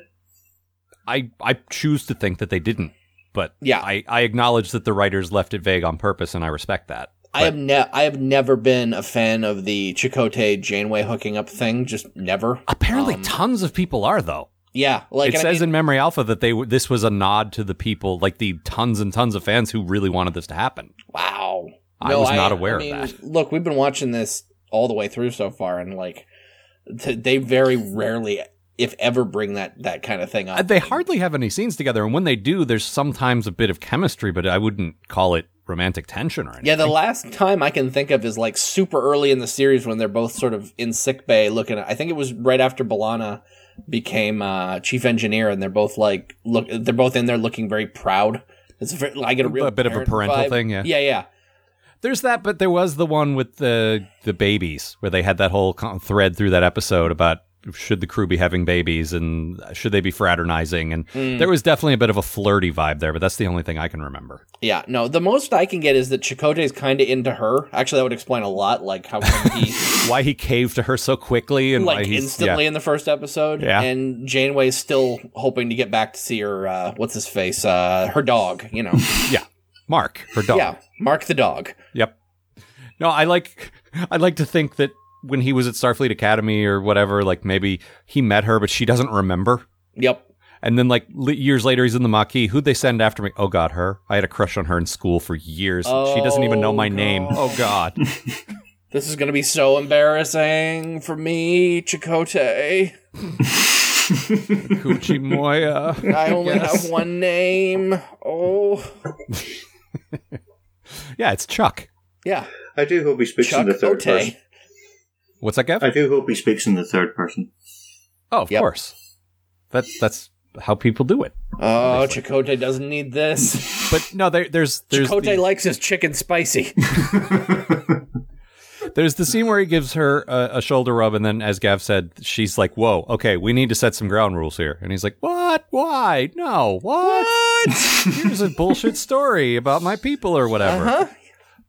[SPEAKER 5] I I choose to think that they didn't, but
[SPEAKER 7] Yeah.
[SPEAKER 5] I I acknowledge that the writers left it vague on purpose, and I respect that.
[SPEAKER 7] I have ne- I have never been a fan of the Chakotay Janeway hooking up thing. Just never.
[SPEAKER 5] Apparently,
[SPEAKER 7] Um,
[SPEAKER 5] tons of people are though.
[SPEAKER 7] Yeah, like
[SPEAKER 5] it
[SPEAKER 7] and I
[SPEAKER 5] says
[SPEAKER 7] mean-
[SPEAKER 5] in Memory Alpha that they were- this was a nod to the people, like the tons and tons of fans who really wanted this to happen.
[SPEAKER 7] wow.
[SPEAKER 5] I was not aware of that.
[SPEAKER 7] Look, we've been watching this all the way through so far, and like th- they very rarely, if ever, bring that that kind of thing
[SPEAKER 5] Uh,
[SPEAKER 7] up.
[SPEAKER 5] they hardly have any scenes together, and when they do, there's sometimes a bit of chemistry, but I wouldn't call it romantic tension or anything.
[SPEAKER 7] yeah, the last time I can think of is like super early in the series when they're both sort of in sick bay looking at I think it was right after Balana became uh, chief engineer and they're both like look they're both in there looking very proud. It's ver- I get a real
[SPEAKER 5] A bit of a
[SPEAKER 7] parent
[SPEAKER 5] parental
[SPEAKER 7] vibe.
[SPEAKER 5] thing, yeah.
[SPEAKER 7] Yeah, yeah.
[SPEAKER 5] There's that, but there was the one with the the babies where they had that whole con- thread through that episode about should the crew be having babies and should they be fraternizing, and
[SPEAKER 7] Hmm.
[SPEAKER 5] there was definitely a bit of a flirty vibe there, but that's the only thing I can remember.
[SPEAKER 7] Yeah, no. The most I can get is that Chakotay's kind of into her. Actually, that would explain a lot, like how come he
[SPEAKER 5] Why he caved to her so quickly and why
[SPEAKER 7] like
[SPEAKER 5] he's
[SPEAKER 7] instantly
[SPEAKER 5] yeah.
[SPEAKER 7] in the first episode.
[SPEAKER 5] Yeah.
[SPEAKER 7] and Janeway's still hoping to get back to see her. Uh, what's his face? Uh, her dog. You know.
[SPEAKER 5] yeah, Mark her dog.
[SPEAKER 7] yeah, Mark the dog.
[SPEAKER 5] Yep. No, I like I like to think that when he was at Starfleet Academy or whatever, like maybe he met her, but she doesn't remember.
[SPEAKER 7] Yep.
[SPEAKER 5] And then like li- years later, he's in the Maquis. Who'd they send after me? Oh God, her. I had a crush on her in school for years. she doesn't even know
[SPEAKER 7] Oh,
[SPEAKER 5] my name.
[SPEAKER 7] God.
[SPEAKER 5] Oh God.
[SPEAKER 7] This is gonna be so embarrassing for me, Chakotay.
[SPEAKER 5] Coochie Moya.
[SPEAKER 7] I only have one name. Oh,
[SPEAKER 5] Yeah, it's Chuck.
[SPEAKER 7] yeah,
[SPEAKER 6] I do hope he speaks in the third person.
[SPEAKER 7] Chakotay.
[SPEAKER 5] What's that, Gav?
[SPEAKER 6] I do hope he speaks in the third person.
[SPEAKER 5] oh, of
[SPEAKER 7] Yep.
[SPEAKER 5] course. That's that's how people do it.
[SPEAKER 7] Oh, Chakotay doesn't need this.
[SPEAKER 5] But no, there, there's there's
[SPEAKER 7] Chakotay
[SPEAKER 5] the,
[SPEAKER 7] likes his chicken spicy.
[SPEAKER 5] there's the scene where he gives her a, a shoulder rub, and then, as Gav said, she's like, "Whoa, okay, we need to set some ground rules here." And he's like, "What? Why? No, what? Here's a bullshit story about my people or whatever."
[SPEAKER 7] Uh-huh.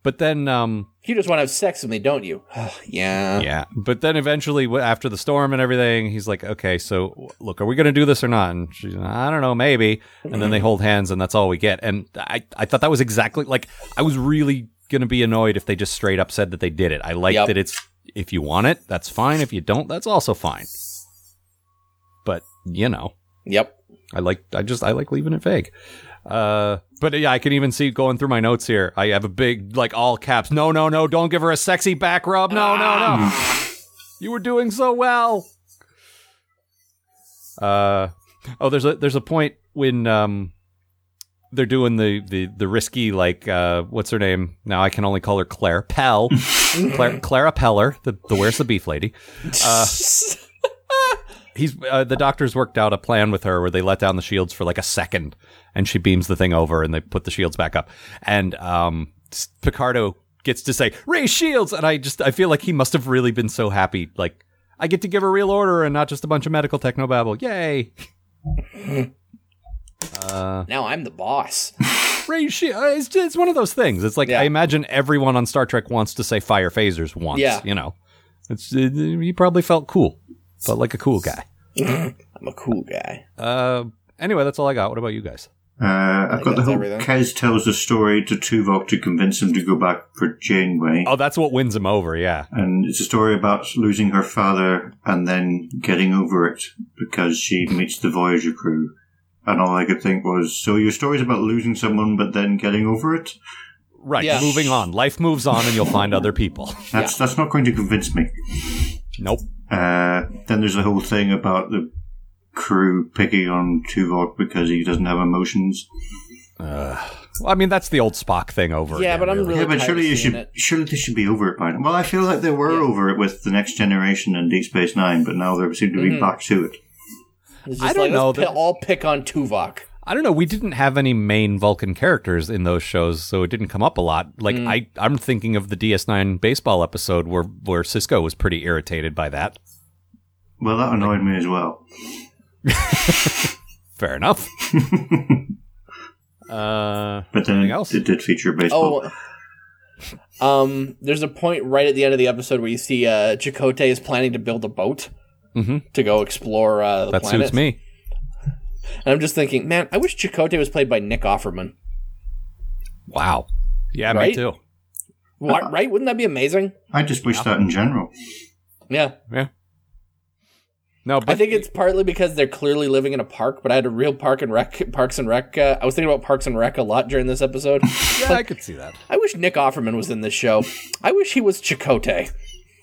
[SPEAKER 5] But then, um,
[SPEAKER 7] you just want to have sex with me, don't you? yeah.
[SPEAKER 5] yeah. But then eventually, wh- after the storm and everything, he's like, "Okay, so w- look, are we going to do this or not?" And she's, "I don't know, maybe." And then
[SPEAKER 7] Mm-hmm.
[SPEAKER 5] they hold hands, and that's all we get. And I, I thought that was exactly like I was really going to be annoyed if they just straight up said that they did it. I like
[SPEAKER 7] Yep.
[SPEAKER 5] that it's if you want it, that's fine. If you don't, that's also fine. But you know,
[SPEAKER 7] Yep.
[SPEAKER 5] I like I just I like leaving it vague. Uh, but yeah, I can even see going through my notes here. I have a big like all caps. No, no, no! Don't give her a sexy back rub. No, no, no! You were doing so well. Uh, oh, there's a there's a point when um they're doing the the the risky like uh what's her name now? I can only call her Claire Pell, Claire, Clara Peller, the the where's the beef lady Uh, he's uh, the doctor's worked out a plan with her where they let down the shields for like a second and she beams the thing over and they put the shields back up and um s- picardo gets to say raise shields and i just i feel like he must have really been so happy like i get to give a real order and not just a bunch of medical technobabble yay uh.
[SPEAKER 7] Now I'm the boss.
[SPEAKER 5] raise shields it's, just- it's one of those things it's like
[SPEAKER 7] Yeah.
[SPEAKER 5] i imagine everyone on star trek wants to say fire phasers once
[SPEAKER 7] Yeah.
[SPEAKER 5] you know it's it, he probably felt cool felt like a cool guy
[SPEAKER 7] I'm a cool guy.
[SPEAKER 5] uh anyway that's all i got what about you guys
[SPEAKER 6] Uh, I've got the
[SPEAKER 7] that's
[SPEAKER 6] whole
[SPEAKER 7] everything.
[SPEAKER 6] Kaz tells the story to Tuvok to convince him to go back for Janeway.
[SPEAKER 5] oh that's what wins him over yeah
[SPEAKER 6] And it's a story about losing her father and then getting over it because she meets the Voyager crew. And all I could think was, so your story's about losing someone but then getting over it?
[SPEAKER 5] Right,
[SPEAKER 7] Yeah.
[SPEAKER 5] moving on. Life moves on, and you'll find other people.
[SPEAKER 6] That's that's not going to convince me.
[SPEAKER 5] Nope.
[SPEAKER 6] Uh, then there's the whole thing about the crew picking on Tuvok because he doesn't have emotions.
[SPEAKER 5] Well, I mean, that's the old Spock thing over.
[SPEAKER 7] Yeah,
[SPEAKER 5] again,
[SPEAKER 7] but I'm really
[SPEAKER 6] yeah, but
[SPEAKER 7] tired
[SPEAKER 6] surely
[SPEAKER 7] of
[SPEAKER 6] you
[SPEAKER 7] seeing
[SPEAKER 6] should
[SPEAKER 7] it.
[SPEAKER 6] surely they should be over it by now. Well, I feel like they were over it with the Next Generation and Deep Space Nine, but now they seem to
[SPEAKER 7] Mm-hmm.
[SPEAKER 6] be back to it.
[SPEAKER 7] It's just
[SPEAKER 5] I don't
[SPEAKER 7] like,
[SPEAKER 5] know
[SPEAKER 7] Let's pi-
[SPEAKER 5] that-
[SPEAKER 7] all pick on Tuvok.
[SPEAKER 5] I don't know. We didn't have any main Vulcan characters in those shows, so it didn't come up a lot. Like
[SPEAKER 7] Mm.
[SPEAKER 5] I, I'm thinking of the DS9 baseball episode where where Cisco was pretty irritated by that.
[SPEAKER 6] Well, that annoyed me as well.
[SPEAKER 5] Fair enough. uh,
[SPEAKER 6] But then
[SPEAKER 5] Anything
[SPEAKER 6] it,
[SPEAKER 5] else?
[SPEAKER 6] it did feature baseball.
[SPEAKER 7] Oh, um, there's a point right at the end of the episode where you see uh, Chakotay is planning to build a boat to go explore uh, the
[SPEAKER 5] Mm-hmm. that
[SPEAKER 7] planet.
[SPEAKER 5] suits me.
[SPEAKER 7] And I'm just thinking, man, I wish Chakotay was played by Nick Offerman.
[SPEAKER 5] Wow. Yeah, me
[SPEAKER 7] Right?
[SPEAKER 5] too.
[SPEAKER 7] What, right? Wouldn't that be amazing?
[SPEAKER 6] I just wish that in general.
[SPEAKER 7] Yeah,
[SPEAKER 5] Yeah. No, but
[SPEAKER 7] I think it's partly because they're clearly living in a park. But I had a real park and rec, Parks and Rec. Uh, I was thinking about Parks and Rec a lot during this episode.
[SPEAKER 5] yeah, I could see that.
[SPEAKER 7] I wish Nick Offerman was in this show. I wish he was Chakotay.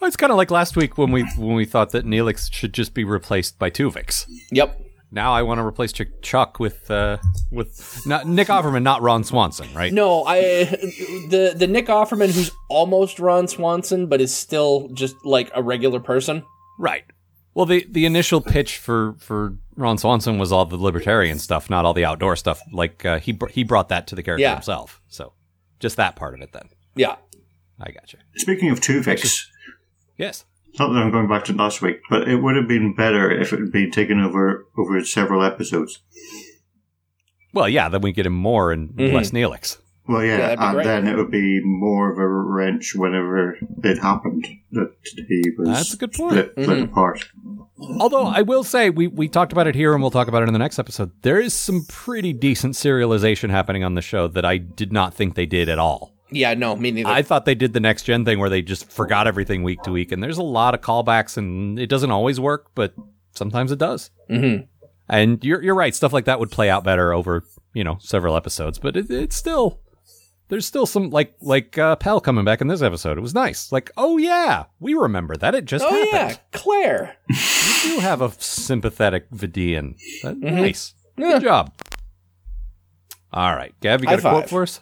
[SPEAKER 5] Well, it's kind of like last week when we when we thought that Neelix should just be replaced by Tuvix.
[SPEAKER 7] Yep.
[SPEAKER 5] Now I want to replace Chuck, Chuck with uh, with not, Nick Offerman, not Ron Swanson, right?
[SPEAKER 7] No, I the the Nick Offerman who's almost Ron Swanson but is still just like a regular person.
[SPEAKER 5] Right. Well, the the initial pitch for for Ron Swanson was all the libertarian stuff, not all the outdoor stuff. Like uh, he br- he brought that to the character
[SPEAKER 7] Yeah.
[SPEAKER 5] himself. So just that part of it, then
[SPEAKER 7] Yeah.
[SPEAKER 5] I got you.
[SPEAKER 6] Speaking of Tuvix,
[SPEAKER 5] Yes.
[SPEAKER 6] not that I'm going back to last week, but it would have been better if it had been taken over over several episodes.
[SPEAKER 5] Well, yeah. Then we get him more and
[SPEAKER 7] Mhm.
[SPEAKER 5] less Neelix.
[SPEAKER 6] Well, yeah,
[SPEAKER 7] that'd be
[SPEAKER 6] and
[SPEAKER 7] great.
[SPEAKER 6] then it would be more of a wrench whenever it happened that he was
[SPEAKER 5] That's a good point.
[SPEAKER 6] split, split
[SPEAKER 7] Mm-hmm.
[SPEAKER 6] apart.
[SPEAKER 5] Although I will say we we talked about it here and we'll talk about it in the next episode. There is some pretty decent serialization happening on the show that I did not think they did at all.
[SPEAKER 7] Yeah, no, me neither.
[SPEAKER 5] I thought they did the next gen thing where they just forgot everything week to week, and there's a lot of callbacks, and it doesn't always work, but sometimes it does.
[SPEAKER 7] Mhm.
[SPEAKER 5] And you're you're right, stuff like that would play out better over you know several episodes, but it, it's still there's still some like like uh, Pal coming back in this episode. It was nice, like oh yeah, we remember that it just
[SPEAKER 7] oh yeah,
[SPEAKER 5] happened.
[SPEAKER 7] Claire.
[SPEAKER 5] You do have a sympathetic Vidian, That- nice,
[SPEAKER 7] Mm-hmm. Yeah.
[SPEAKER 5] good job. All right, Gav, you got
[SPEAKER 7] High
[SPEAKER 5] a quote
[SPEAKER 7] five.
[SPEAKER 5] for us?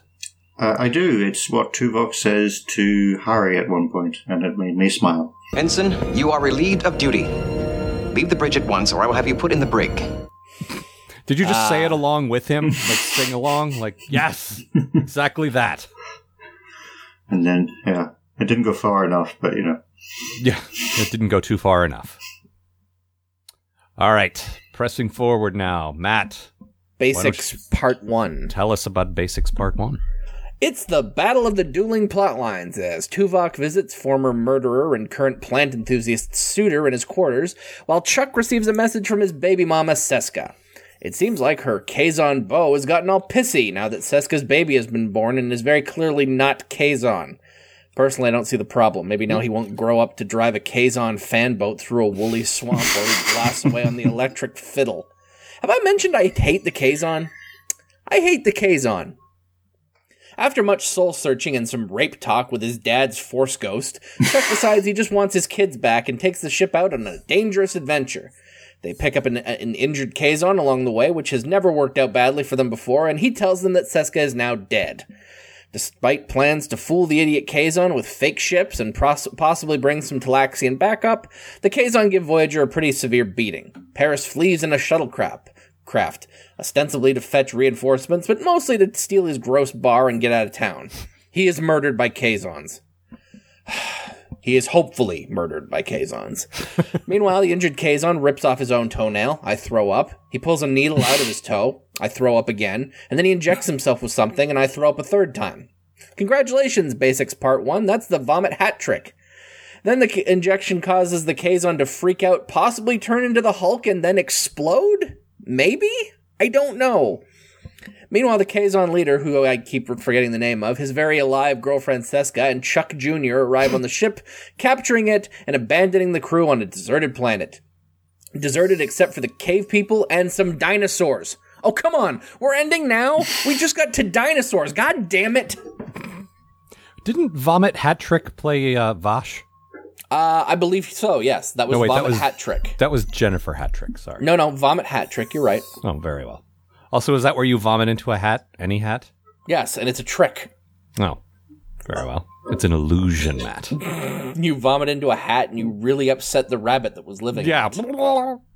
[SPEAKER 6] Uh, I do. It's what Tuvok says to Harry at one point, and it made me smile.
[SPEAKER 8] Ensign, you are relieved of duty. Leave the bridge at once, or I will have you put in the brig.
[SPEAKER 5] Did you just say it along with him, like sing along, like yes, exactly that?
[SPEAKER 6] And then, yeah, it didn't go far enough, but you know.
[SPEAKER 5] Yeah, it didn't go too far enough. All right, pressing forward now, Matt.
[SPEAKER 7] Basics Part 1.
[SPEAKER 5] Tell us about Basics Part One.
[SPEAKER 7] It's the battle of the dueling plotlines as Tuvok visits former murderer and current plant enthusiast Suter in his quarters, while Chuck receives a message from his baby mama Seska. It seems like her Kazon beau has gotten all pissy now that Seska's baby has been born and is very clearly not Kazon. Personally, I don't see the problem. Maybe now he won't grow up to drive a Kazon fanboat through a woolly swamp while he blasts away on the electric fiddle. Have I mentioned I hate the Kazon? I hate the Kazon. After much soul searching and some rape talk with his dad's force ghost, Chuck decides he just wants his kids back and takes the ship out on a dangerous adventure. They pick up an, an injured Kazon along the way, which has never worked out badly for them before, and he tells them that Seska is now dead. Despite plans to fool the idiot Kazon with fake ships and pros- possibly bring some Talaxian backup, the Kazon give Voyager a pretty severe beating. Paris flees in a shuttlecraft, craft, ostensibly to fetch reinforcements, but mostly to steal his gross bar and get out of town. He is murdered by Kazons. He is hopefully murdered by Kazons. Meanwhile, the injured Kazon rips off his own toenail. I throw up. He pulls a needle out of his toe. I throw up again. And then he injects himself with something, and I throw up a third time. Congratulations, Basics Part 1. That's the vomit hat trick. Then the k- injection causes the Kazon to freak out, possibly turn into the Hulk, and then explode? Maybe? I don't know. Meanwhile, the Kazon leader, who I keep forgetting the name of, his very alive girlfriend Seska and Chuck Jr. arrive on the ship, capturing it and abandoning the crew on a deserted planet. Deserted except for the cave people and some dinosaurs. Oh, come on! We're ending now? We just got to dinosaurs! God damn it!
[SPEAKER 5] Didn't Vomit Hat Trick play uh, Vash?
[SPEAKER 7] Uh, I believe so, yes. That was
[SPEAKER 5] No, wait, that
[SPEAKER 7] Vomit
[SPEAKER 5] was-
[SPEAKER 7] Hat Trick.
[SPEAKER 5] That was Jennifer Hat Trick. Sorry.
[SPEAKER 7] No, no, Vomit Hat Trick, you're right.
[SPEAKER 5] Oh, very well. Also, is that where you vomit into a hat? Any hat?
[SPEAKER 7] Yes, and it's a trick.
[SPEAKER 5] No. Very well. It's an illusion, Matt.
[SPEAKER 7] You vomit into a hat and you really upset the rabbit that was living.
[SPEAKER 5] yeah.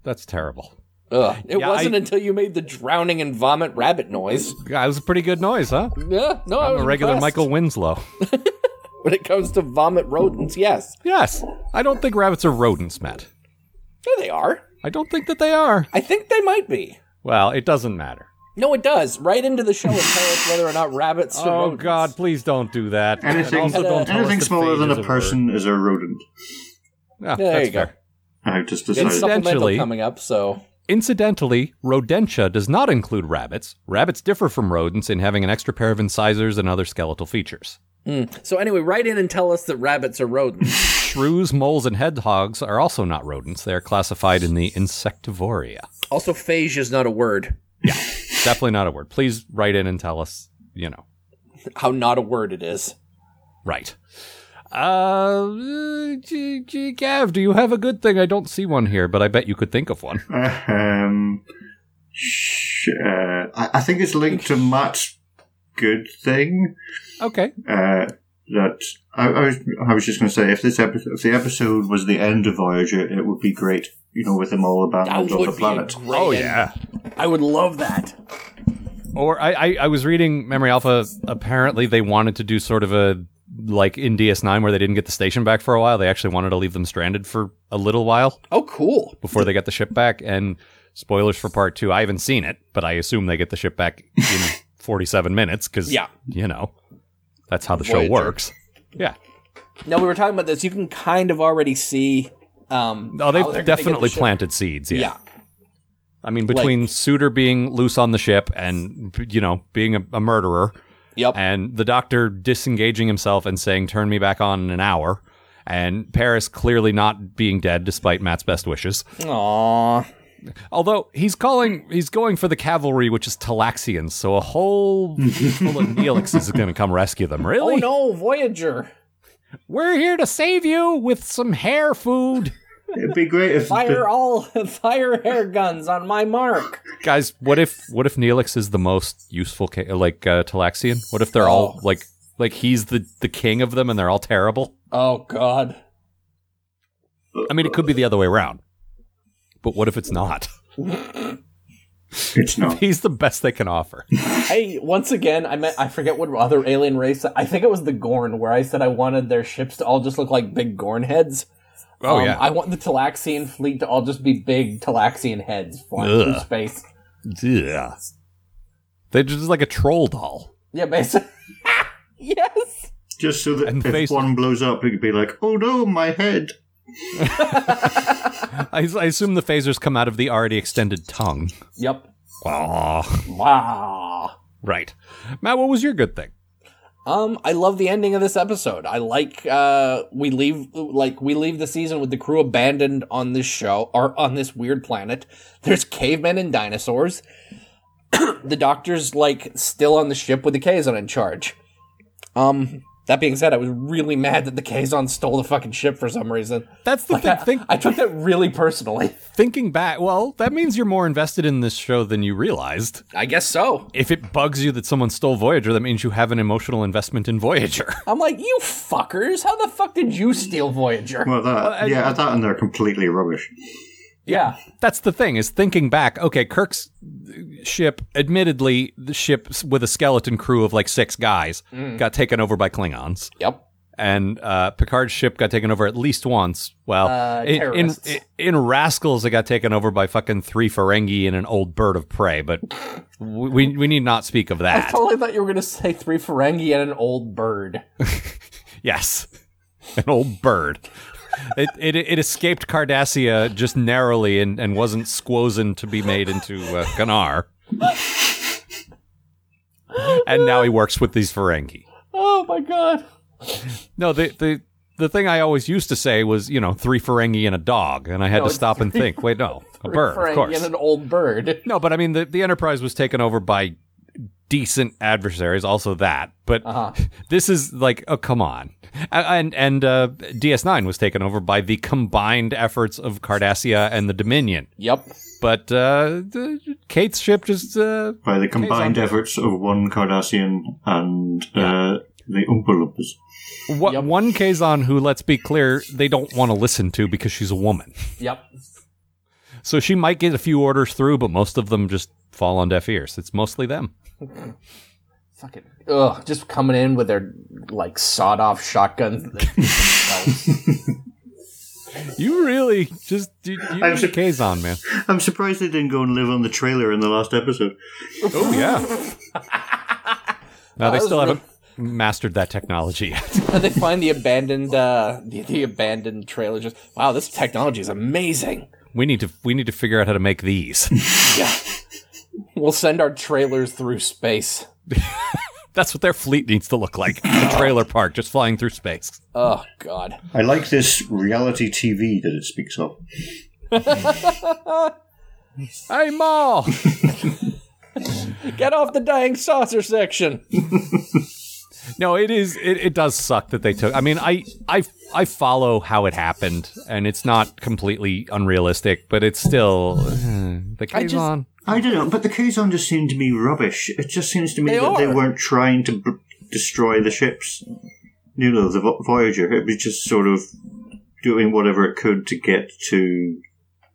[SPEAKER 5] That's terrible.
[SPEAKER 7] Ugh. It
[SPEAKER 5] Yeah,
[SPEAKER 7] wasn't
[SPEAKER 5] I-
[SPEAKER 7] until you made the drowning and vomit rabbit noise.
[SPEAKER 5] That was a pretty good noise, huh?
[SPEAKER 7] Yeah, no, I
[SPEAKER 5] I'm
[SPEAKER 7] was
[SPEAKER 5] a regular
[SPEAKER 7] impressed.
[SPEAKER 5] Michael Winslow.
[SPEAKER 7] When it comes to vomit rodents, yes,
[SPEAKER 5] yes. I don't think rabbits are rodents, Matt.
[SPEAKER 7] there they are.
[SPEAKER 5] I don't think that they are.
[SPEAKER 7] I think they might be.
[SPEAKER 5] Well, it doesn't matter.
[SPEAKER 7] No, it does. Right into the show and tell us whether or not rabbits. Are
[SPEAKER 5] Oh,
[SPEAKER 7] rodents.
[SPEAKER 5] God, please don't do that. And
[SPEAKER 6] Anything,
[SPEAKER 5] also don't tell us
[SPEAKER 6] anything
[SPEAKER 5] that
[SPEAKER 6] smaller
[SPEAKER 5] phage
[SPEAKER 6] than
[SPEAKER 5] is
[SPEAKER 6] a
[SPEAKER 5] word.
[SPEAKER 6] person is a rodent.
[SPEAKER 5] Yeah,
[SPEAKER 7] There
[SPEAKER 5] that's
[SPEAKER 7] you go.
[SPEAKER 5] fair.
[SPEAKER 6] I just
[SPEAKER 7] It's
[SPEAKER 6] decided.
[SPEAKER 7] supplemental
[SPEAKER 5] Eventually-
[SPEAKER 7] coming up, so
[SPEAKER 5] Incidentally, rodentia does not include rabbits. Rabbits differ from rodents in having an extra pair of incisors and other skeletal features.
[SPEAKER 7] so anyway, write in and tell us that rabbits are rodents.
[SPEAKER 5] Shrews, moles, and hedgehogs are also not rodents. They are classified in the insectivoria.
[SPEAKER 7] also, phage is not a word.
[SPEAKER 5] Definitely not a word. Please write in and tell us, you know,
[SPEAKER 7] How not a word it is.
[SPEAKER 5] right. Uh, G- G- Gav, do you have a good thing? I don't see one here, but I bet you could think of one.
[SPEAKER 6] Um, sh- uh, I, I think it's linked to Matt's good thing.
[SPEAKER 5] Okay.
[SPEAKER 6] uh, that I, I was I was just going to say if this episode if the episode was the end of Voyager, it would be great. You know, with them all
[SPEAKER 7] That
[SPEAKER 6] abandoned on the
[SPEAKER 7] would be a
[SPEAKER 6] planet.
[SPEAKER 7] great.
[SPEAKER 5] Oh,
[SPEAKER 7] end. I would love that.
[SPEAKER 5] Or I, I, I was reading Memory Alpha. Apparently, they wanted to do sort of a like in DS9 where they didn't get the station back for a while. They actually wanted to leave them stranded for a little while
[SPEAKER 7] Oh, cool.
[SPEAKER 5] before they got the ship back. And spoilers for part two. I haven't seen it, but I assume they get the ship back in 47 minutes because
[SPEAKER 7] Yeah.
[SPEAKER 5] you know that's how the
[SPEAKER 7] Voyager.
[SPEAKER 5] show works. Yeah.
[SPEAKER 7] No, we were talking about this. You can kind of already see. Um,
[SPEAKER 5] Oh,
[SPEAKER 7] how
[SPEAKER 5] they've
[SPEAKER 7] they're gonna get
[SPEAKER 5] definitely
[SPEAKER 7] the ship-
[SPEAKER 5] planted seeds. Yeah.
[SPEAKER 7] Yeah.
[SPEAKER 5] I mean, between Suter being loose on the ship and you know being a, a murderer.
[SPEAKER 7] Yep.
[SPEAKER 5] and the doctor disengaging himself and saying, "Turn me back on in an hour," and Paris clearly not being dead despite Matt's best wishes.
[SPEAKER 7] Aww.
[SPEAKER 5] Although he's calling, he's going for the cavalry, which is Talaxians, so a whole full of Neelix is going to come rescue them. Really?
[SPEAKER 7] Oh no, Voyager.
[SPEAKER 5] We're here to save you with some hair food,
[SPEAKER 6] It'd be great if
[SPEAKER 7] Fire all fire hair guns on my mark.
[SPEAKER 5] guys. What if what if Neelix is the most useful, ca- like uh, Talaxian? What if they're all like like he's the the king of them and they're all terrible?
[SPEAKER 7] Oh god.
[SPEAKER 5] I mean, it could be the other way around. But what if it's not?
[SPEAKER 6] It's not.
[SPEAKER 5] He's the best they can offer.
[SPEAKER 7] Hey, once again, I meant I forget what other alien race. I think it was the Gorn, where I said I wanted their ships to all just look like big Gorn heads.
[SPEAKER 5] Oh
[SPEAKER 7] Um,
[SPEAKER 5] yeah.
[SPEAKER 7] I want the Talaxian fleet to all just be big Talaxian heads flying through
[SPEAKER 5] Ugh.
[SPEAKER 7] space.
[SPEAKER 5] yeah. They're just like a troll doll.
[SPEAKER 7] Yeah, basically. yes.
[SPEAKER 6] Just so that
[SPEAKER 5] And
[SPEAKER 6] if
[SPEAKER 5] face-
[SPEAKER 6] one blows up, it could be like, oh no, my head.
[SPEAKER 5] I, I assume the phasers come out of the already extended tongue.
[SPEAKER 7] Yep.
[SPEAKER 5] Aw.
[SPEAKER 7] Wow.
[SPEAKER 5] Right. Matt, what was your good thing?
[SPEAKER 7] Um, I love the ending of this episode. I like uh we leave like we leave the season with the crew abandoned on this show or on this weird planet. There's cavemen and dinosaurs. the doctor's like still on the ship with the Kazon in charge. Um that being said, I was really mad that the Kazon stole the fucking ship for some reason.
[SPEAKER 5] That's the thing. Think,
[SPEAKER 7] I took that really personally.
[SPEAKER 5] thinking back, well, that means you're more invested in this show than you realized.
[SPEAKER 7] I guess so.
[SPEAKER 5] If it bugs you that someone stole Voyager, that means you have an emotional investment in Voyager.
[SPEAKER 7] I'm like, you fuckers, how the fuck did you steal Voyager?
[SPEAKER 6] Well, that, yeah, that and they're completely rubbish.
[SPEAKER 7] yeah.
[SPEAKER 5] That's the thing is thinking back. Okay, Kirk's ship, admittedly, the ship s- with a skeleton crew of like six guys,
[SPEAKER 7] Mm.
[SPEAKER 5] got taken over by Klingons,
[SPEAKER 7] Yep.
[SPEAKER 5] and uh, Picard's ship got taken over at least once. Well,
[SPEAKER 7] Uh,
[SPEAKER 5] in, in,
[SPEAKER 7] terrorists.
[SPEAKER 5] in in Rascals, it got taken over by fucking three Ferengi and an old bird of prey. But we we, we need not speak of
[SPEAKER 7] I
[SPEAKER 5] that.
[SPEAKER 7] totally thought you were going to say three Ferengi and an old bird.
[SPEAKER 5] Yes, an old bird. It, it it escaped Cardassia just narrowly and, and wasn't squozen to be made into uh, Ganar. and now he works with these Ferengi.
[SPEAKER 7] Oh my god.
[SPEAKER 5] No, the the the thing I always used to say was, you know, three Ferengi and a dog, and I had
[SPEAKER 7] No,
[SPEAKER 5] to
[SPEAKER 7] it's
[SPEAKER 5] stop and
[SPEAKER 7] three-
[SPEAKER 5] think. Wait, no, a
[SPEAKER 7] Three
[SPEAKER 5] bird,
[SPEAKER 7] Ferengi
[SPEAKER 5] of course.
[SPEAKER 7] and an old bird.
[SPEAKER 5] no, but I mean, the the Enterprise was taken over by decent adversaries. Also that, but
[SPEAKER 7] Uh-huh.
[SPEAKER 5] this is like oh come on A- and and uh, ds9 was taken over by the combined efforts of cardassia and the dominion
[SPEAKER 7] Yep.
[SPEAKER 5] but uh, the- kate's ship just uh,
[SPEAKER 6] By the combined efforts of one Cardassian and uh, the Oompa Loompas.
[SPEAKER 5] wha-
[SPEAKER 7] Yep.
[SPEAKER 5] one kazon who let's be clear they don't want to listen to because she's a woman
[SPEAKER 7] Yep.
[SPEAKER 5] so she might get a few orders through but most of them just fall on deaf ears it's mostly them
[SPEAKER 7] Fucking ugh, just coming in with their like sawed-off shotguns. that they pick themselves.
[SPEAKER 5] you really just you, you
[SPEAKER 6] I'm
[SPEAKER 5] need a
[SPEAKER 6] su-
[SPEAKER 5] kazon man
[SPEAKER 6] I'm surprised they didn't go and live on the trailer in the last episode.
[SPEAKER 5] oh yeah no they
[SPEAKER 7] was
[SPEAKER 5] still
[SPEAKER 7] re-
[SPEAKER 5] haven't mastered that technology yet
[SPEAKER 7] And they find the abandoned uh the, the abandoned trailer just wow, this technology is amazing.
[SPEAKER 5] We need to we need to figure out how to make these.
[SPEAKER 7] Yeah. We'll send our trailers through space.
[SPEAKER 5] That's what their fleet needs to look like. A trailer park just flying through space.
[SPEAKER 7] Oh god.
[SPEAKER 6] I like this reality TV that it speaks of.
[SPEAKER 5] Hey Maul!
[SPEAKER 7] Get off the dying saucer section.
[SPEAKER 5] no, it is it, it does suck that they took I mean I I I follow how it happened and it's not completely unrealistic, but it's still uh, the
[SPEAKER 7] just-
[SPEAKER 5] Kazon.
[SPEAKER 6] I don't know, but the Kazon just seemed to me rubbish. It just seems to me
[SPEAKER 7] They
[SPEAKER 6] that they
[SPEAKER 7] are.
[SPEAKER 6] weren't trying to b- destroy the ships. You know, the Vo- Voyager. It was just sort of doing whatever it could to get to,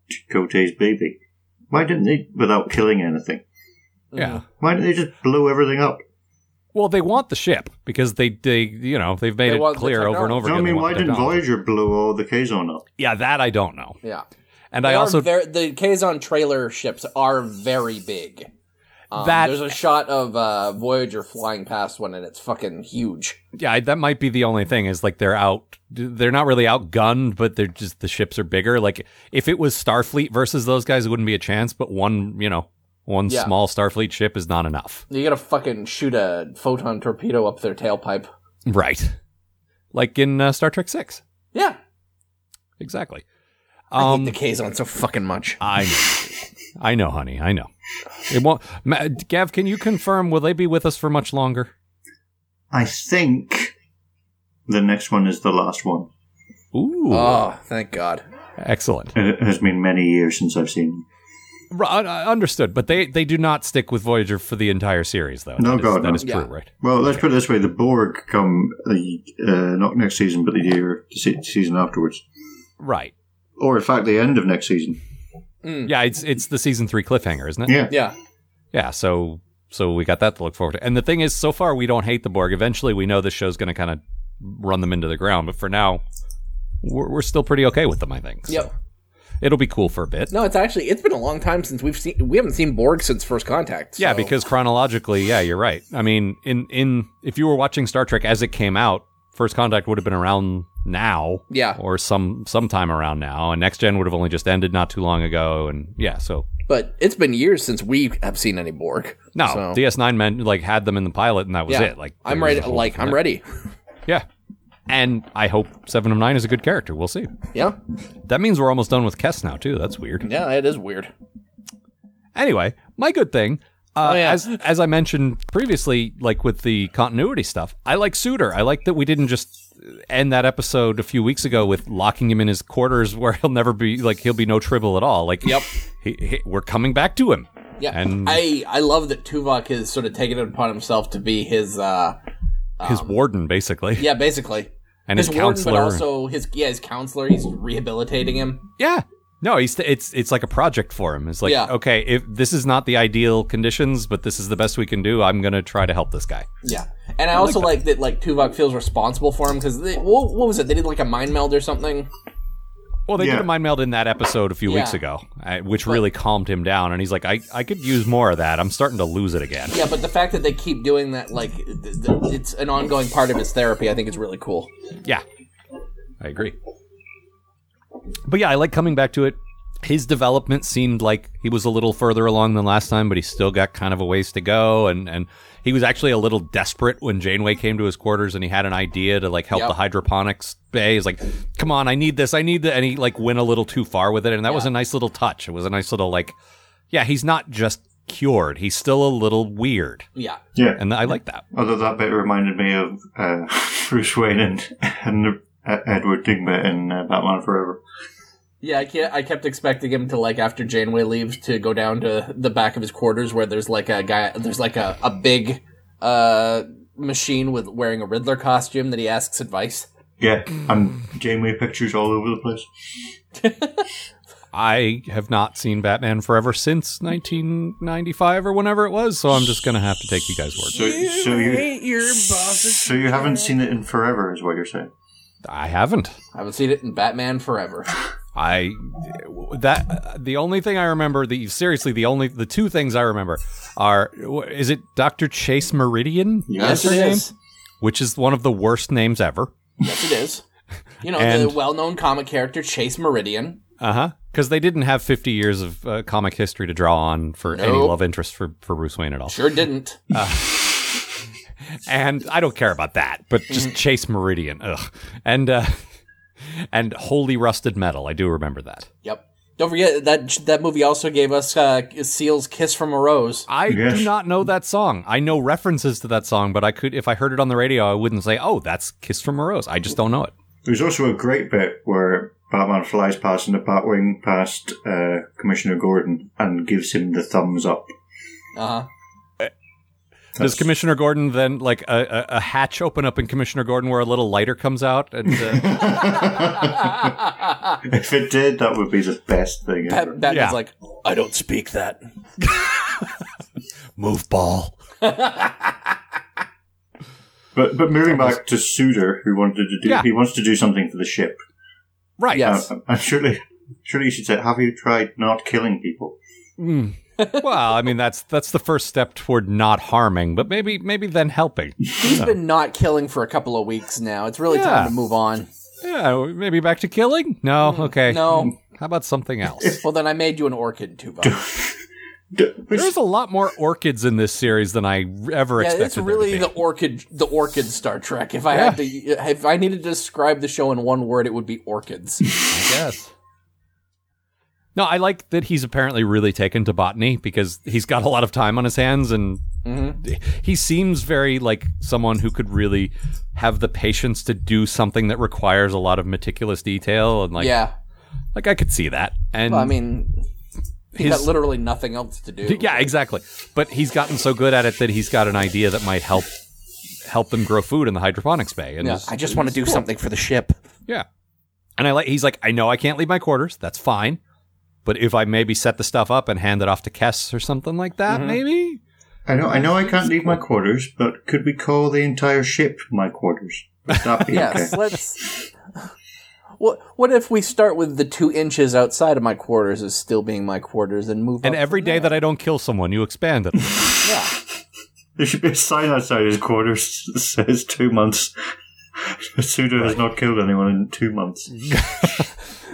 [SPEAKER 6] to Cote's baby. Why didn't they, without killing anything?
[SPEAKER 5] Yeah.
[SPEAKER 6] Why didn't they just blow everything up?
[SPEAKER 5] Well, they want the ship because they they you know, they've made
[SPEAKER 7] They want
[SPEAKER 5] it
[SPEAKER 7] the
[SPEAKER 5] clear over and
[SPEAKER 7] technology.
[SPEAKER 5] over
[SPEAKER 6] No,
[SPEAKER 5] again.
[SPEAKER 6] I
[SPEAKER 5] they
[SPEAKER 6] mean,
[SPEAKER 5] want
[SPEAKER 6] why
[SPEAKER 5] the
[SPEAKER 6] didn't
[SPEAKER 5] technology.
[SPEAKER 6] Voyager blow all the Kazon up?
[SPEAKER 5] Yeah, that I don't know.
[SPEAKER 7] Yeah.
[SPEAKER 5] And
[SPEAKER 7] They
[SPEAKER 5] I
[SPEAKER 7] are
[SPEAKER 5] also
[SPEAKER 7] ver- the Kazon trailer ships are very big. Um,
[SPEAKER 5] That-
[SPEAKER 7] there's a shot of uh, Voyager flying past one, and it's fucking huge.
[SPEAKER 5] yeah, I- that might be the only thing is like they're out. They're not really outgunned, but they're just the ships are bigger. Like if it was Starfleet versus those guys, it wouldn't be a chance. But one, you know, one
[SPEAKER 7] Yeah.
[SPEAKER 5] small Starfleet ship is not enough,
[SPEAKER 7] You gotta fucking shoot a photon torpedo up their tailpipe.
[SPEAKER 5] right? Like in uh, Star Trek Six,
[SPEAKER 7] Yeah,
[SPEAKER 5] exactly.
[SPEAKER 7] I
[SPEAKER 5] Um,
[SPEAKER 7] hate the Kazon so fucking much.
[SPEAKER 5] I know, I know, honey, I know. It won't. Ma- Gav, can you confirm? Will they be with us for much longer?
[SPEAKER 6] I think the next one is the last one.
[SPEAKER 5] Ooh,
[SPEAKER 7] Oh, thank God.
[SPEAKER 5] excellent.
[SPEAKER 6] It has been many years since I've seen them.
[SPEAKER 5] Ru- un- Understood. But they they do not stick with Voyager for the entire series, though.
[SPEAKER 6] No,
[SPEAKER 5] That is-
[SPEAKER 6] God,
[SPEAKER 5] that
[SPEAKER 6] no.
[SPEAKER 5] is true,
[SPEAKER 7] Yeah.
[SPEAKER 5] right?
[SPEAKER 6] Well, let's put it this way: the Borg come the uh, not next season, but the year the se- season afterwards,
[SPEAKER 5] Right.
[SPEAKER 6] or in fact, the end of next season.
[SPEAKER 5] Yeah, it's it's the season three cliffhanger, isn't it?
[SPEAKER 6] Yeah.
[SPEAKER 7] Hmm. Yeah.
[SPEAKER 5] Yeah, so so we got that to look forward to. And the thing is, so far we don't hate the Borg. Eventually, we know this show's going to kind of run them into the ground, but for now, we're, we're still pretty okay with them. I think. So
[SPEAKER 7] Yep.
[SPEAKER 5] It'll be cool for a bit.
[SPEAKER 7] No, it's actually it's been a long time since we've seen we haven't seen Borg since First Contact.
[SPEAKER 5] Yeah,
[SPEAKER 7] so-
[SPEAKER 5] because chronologically, yeah, you're right. I mean, in in if you were watching Star Trek as it came out, First Contact would have been around now,
[SPEAKER 7] Yeah.
[SPEAKER 5] or some sometime around now, and Next Gen would have only just ended not too long ago, and yeah, so
[SPEAKER 7] but it's been years since we have seen any Borg.
[SPEAKER 5] no,
[SPEAKER 7] So-
[SPEAKER 5] DS9 meant like had them in the pilot, and that was
[SPEAKER 7] yeah,
[SPEAKER 5] it. Like
[SPEAKER 7] I'm
[SPEAKER 5] there was
[SPEAKER 7] ready.
[SPEAKER 5] a whole
[SPEAKER 7] Like
[SPEAKER 5] different-
[SPEAKER 7] I'm ready.
[SPEAKER 5] Yeah, and I hope Seven of Nine is a good character. We'll see.
[SPEAKER 7] Yeah,
[SPEAKER 5] That means we're almost done with Kess now too. That's weird.
[SPEAKER 7] yeah, it is weird.
[SPEAKER 5] Anyway, my good thing. Uh,
[SPEAKER 7] Oh, yeah.
[SPEAKER 5] As as I mentioned previously, like with the continuity stuff, I like Suter. I like that we didn't just end that episode a few weeks ago with locking him in his quarters where he'll never be like he'll be no tribble at all. Like,
[SPEAKER 7] Yep.
[SPEAKER 5] he, he- we're coming back to him.
[SPEAKER 7] Yeah,
[SPEAKER 5] And-
[SPEAKER 7] I I love that Tuvok has sort of taken it upon himself to be his. uh
[SPEAKER 5] His warden, basically,
[SPEAKER 7] Yeah, basically.
[SPEAKER 5] and his,
[SPEAKER 7] warden,
[SPEAKER 5] counselor.
[SPEAKER 7] but also his yeah his counselor. He's rehabilitating him.
[SPEAKER 5] Yeah. No, he's it's it's like a project for him. It's like,
[SPEAKER 7] Yeah.
[SPEAKER 5] okay, if this is not the ideal conditions, but this is the best we can do, I'm gonna try to help this guy.
[SPEAKER 7] Yeah, and I, also like that. like Tuvok feels responsible for him because what, what was it? They did like a mind meld or something.
[SPEAKER 5] Well, they
[SPEAKER 6] Yeah.
[SPEAKER 5] did a mind meld in that episode a few weeks
[SPEAKER 7] Yeah.
[SPEAKER 5] ago, uh, which really calmed him down, and he's like, I I could use more of that. I'm starting to lose it again.
[SPEAKER 7] Yeah, but the fact that they keep doing that, like th- th- it's an ongoing part of his therapy, I think is really cool.
[SPEAKER 5] Yeah, I agree. But yeah, I like coming back to it. His development seemed like he was a little further along than last time, but he still got kind of a ways to go. And, and he was actually a little desperate when Janeway came to his quarters and he had an idea to like help
[SPEAKER 7] Yep.
[SPEAKER 5] the hydroponics bay. He's like, come on, I need this. I need that. And he like went a little too far with it. And that was a nice little touch. It was a nice little like, yeah, he's not just cured. He's still a little weird.
[SPEAKER 7] Yeah,
[SPEAKER 6] Yeah.
[SPEAKER 5] And I like that.
[SPEAKER 6] Although that bit reminded me of uh, Bruce Wayne and, and uh, Edward Digby in uh, Batman Forever.
[SPEAKER 7] yeah. I can't. I kept expecting him to like after Janeway leaves to go down to the back of his quarters where there's like a guy. There's like a a big uh machine with wearing a Riddler costume that he asks advice.
[SPEAKER 6] Yeah, and Janeway pictures all over the place.
[SPEAKER 5] I have not seen Batman Forever since 1995 or whenever it was, so I'm just going to have to take you guys' word.
[SPEAKER 6] So, so you, so you haven't seen it in forever, is what you're saying.
[SPEAKER 5] I haven't.
[SPEAKER 7] I haven't seen it in Batman Forever.
[SPEAKER 5] I that the only thing I remember the seriously the only the two things I remember are is it Dr. Chase Meridian,
[SPEAKER 6] Yes.
[SPEAKER 7] it
[SPEAKER 5] name?
[SPEAKER 7] is.
[SPEAKER 5] which is one of the worst names ever.
[SPEAKER 7] Yes, it is. You know the
[SPEAKER 5] And-
[SPEAKER 7] well-known comic character Chase Meridian.
[SPEAKER 5] Uh-huh. Cuz they didn't have 50 years of uh, comic history to draw on for any
[SPEAKER 7] Nope.
[SPEAKER 5] love interest for for Bruce Wayne at all.
[SPEAKER 7] Sure didn't.
[SPEAKER 5] and I don't care about that, but just Chase Meridian. Ugh. And uh and Holy Rusted Metal. I do remember that.
[SPEAKER 7] Yep. Don't forget that that movie also gave us uh, Seal's "Kiss from a Rose."
[SPEAKER 5] I
[SPEAKER 6] Yes.
[SPEAKER 5] do not know that song. I know references to that song, but I could if I heard it on the radio, I wouldn't say, "Oh, that's Kiss from a Rose." I just don't know it.
[SPEAKER 6] There's also a great bit where Batman flies past in the Batwing past uh, Commissioner Gordon and gives him the thumbs up.
[SPEAKER 7] Uh-huh.
[SPEAKER 5] Does
[SPEAKER 6] That's-
[SPEAKER 5] Commissioner Gordon then like a, a, a hatch open up in Commissioner Gordon where a little lighter comes out? And, uh,
[SPEAKER 6] If it did, that would be the best thing ever.
[SPEAKER 7] Bat-
[SPEAKER 5] Yeah.
[SPEAKER 7] Batman's like, I don't speak that.
[SPEAKER 5] Move ball.
[SPEAKER 6] But but moving back to Suter, who wanted to do
[SPEAKER 5] Yeah.
[SPEAKER 6] he wants to do something for the ship.
[SPEAKER 5] Right.
[SPEAKER 7] Yes.
[SPEAKER 6] Uh, and surely surely you should say, have you tried not killing people?
[SPEAKER 5] Well, I mean that's that's the first step toward not harming, but maybe maybe then helping.
[SPEAKER 7] He's been not killing for a couple of weeks now. It's really time
[SPEAKER 5] Yeah.
[SPEAKER 7] to move on.
[SPEAKER 5] Yeah, maybe back to killing? No, okay.
[SPEAKER 7] No.
[SPEAKER 5] How about something else?
[SPEAKER 7] Well, then I made you an orchid too, Bob.
[SPEAKER 6] D- which-
[SPEAKER 5] There's a lot more orchids in this series than I ever
[SPEAKER 7] Yeah,
[SPEAKER 5] expected.
[SPEAKER 7] it's
[SPEAKER 5] there to
[SPEAKER 7] really
[SPEAKER 5] be.
[SPEAKER 7] the orchid, the orchid Star Trek. If I had to, if I needed to describe the show in one word, it would be orchids.
[SPEAKER 5] Yes. No, I like that he's apparently really taken to botany because he's got a lot of time on his hands and
[SPEAKER 7] Mm-hmm.
[SPEAKER 5] he seems very like someone who could really have the patience to do something that requires a lot of meticulous detail and like
[SPEAKER 7] yeah,
[SPEAKER 5] like I could see that. And
[SPEAKER 7] I mean, he's got
[SPEAKER 5] his-
[SPEAKER 7] literally nothing else to do.
[SPEAKER 5] yeah, exactly. But he's gotten so good at it that he's got an idea that might help help them grow food in the hydroponics bay and
[SPEAKER 7] Yeah,
[SPEAKER 5] it's-
[SPEAKER 7] I just want to do something for the ship.
[SPEAKER 5] Yeah. And I like he's like, I know I can't leave my quarters, that's fine. But if I maybe set the stuff up and hand it off to Kess or something like that,
[SPEAKER 7] Mm-hmm.
[SPEAKER 5] maybe.
[SPEAKER 6] I know, I know, I can't leave my quarters, but could we call the entire ship my quarters? Would that be
[SPEAKER 7] Yes,
[SPEAKER 6] okay?
[SPEAKER 7] let's. What What if we start with the two inches outside of my quarters as still being my quarters, and move?
[SPEAKER 5] And
[SPEAKER 7] up
[SPEAKER 5] every
[SPEAKER 7] from
[SPEAKER 5] day
[SPEAKER 7] there?
[SPEAKER 5] that I don't kill someone, you expand it.
[SPEAKER 6] There should be a sign outside his quarters that says two months. Suda has not killed anyone in two months.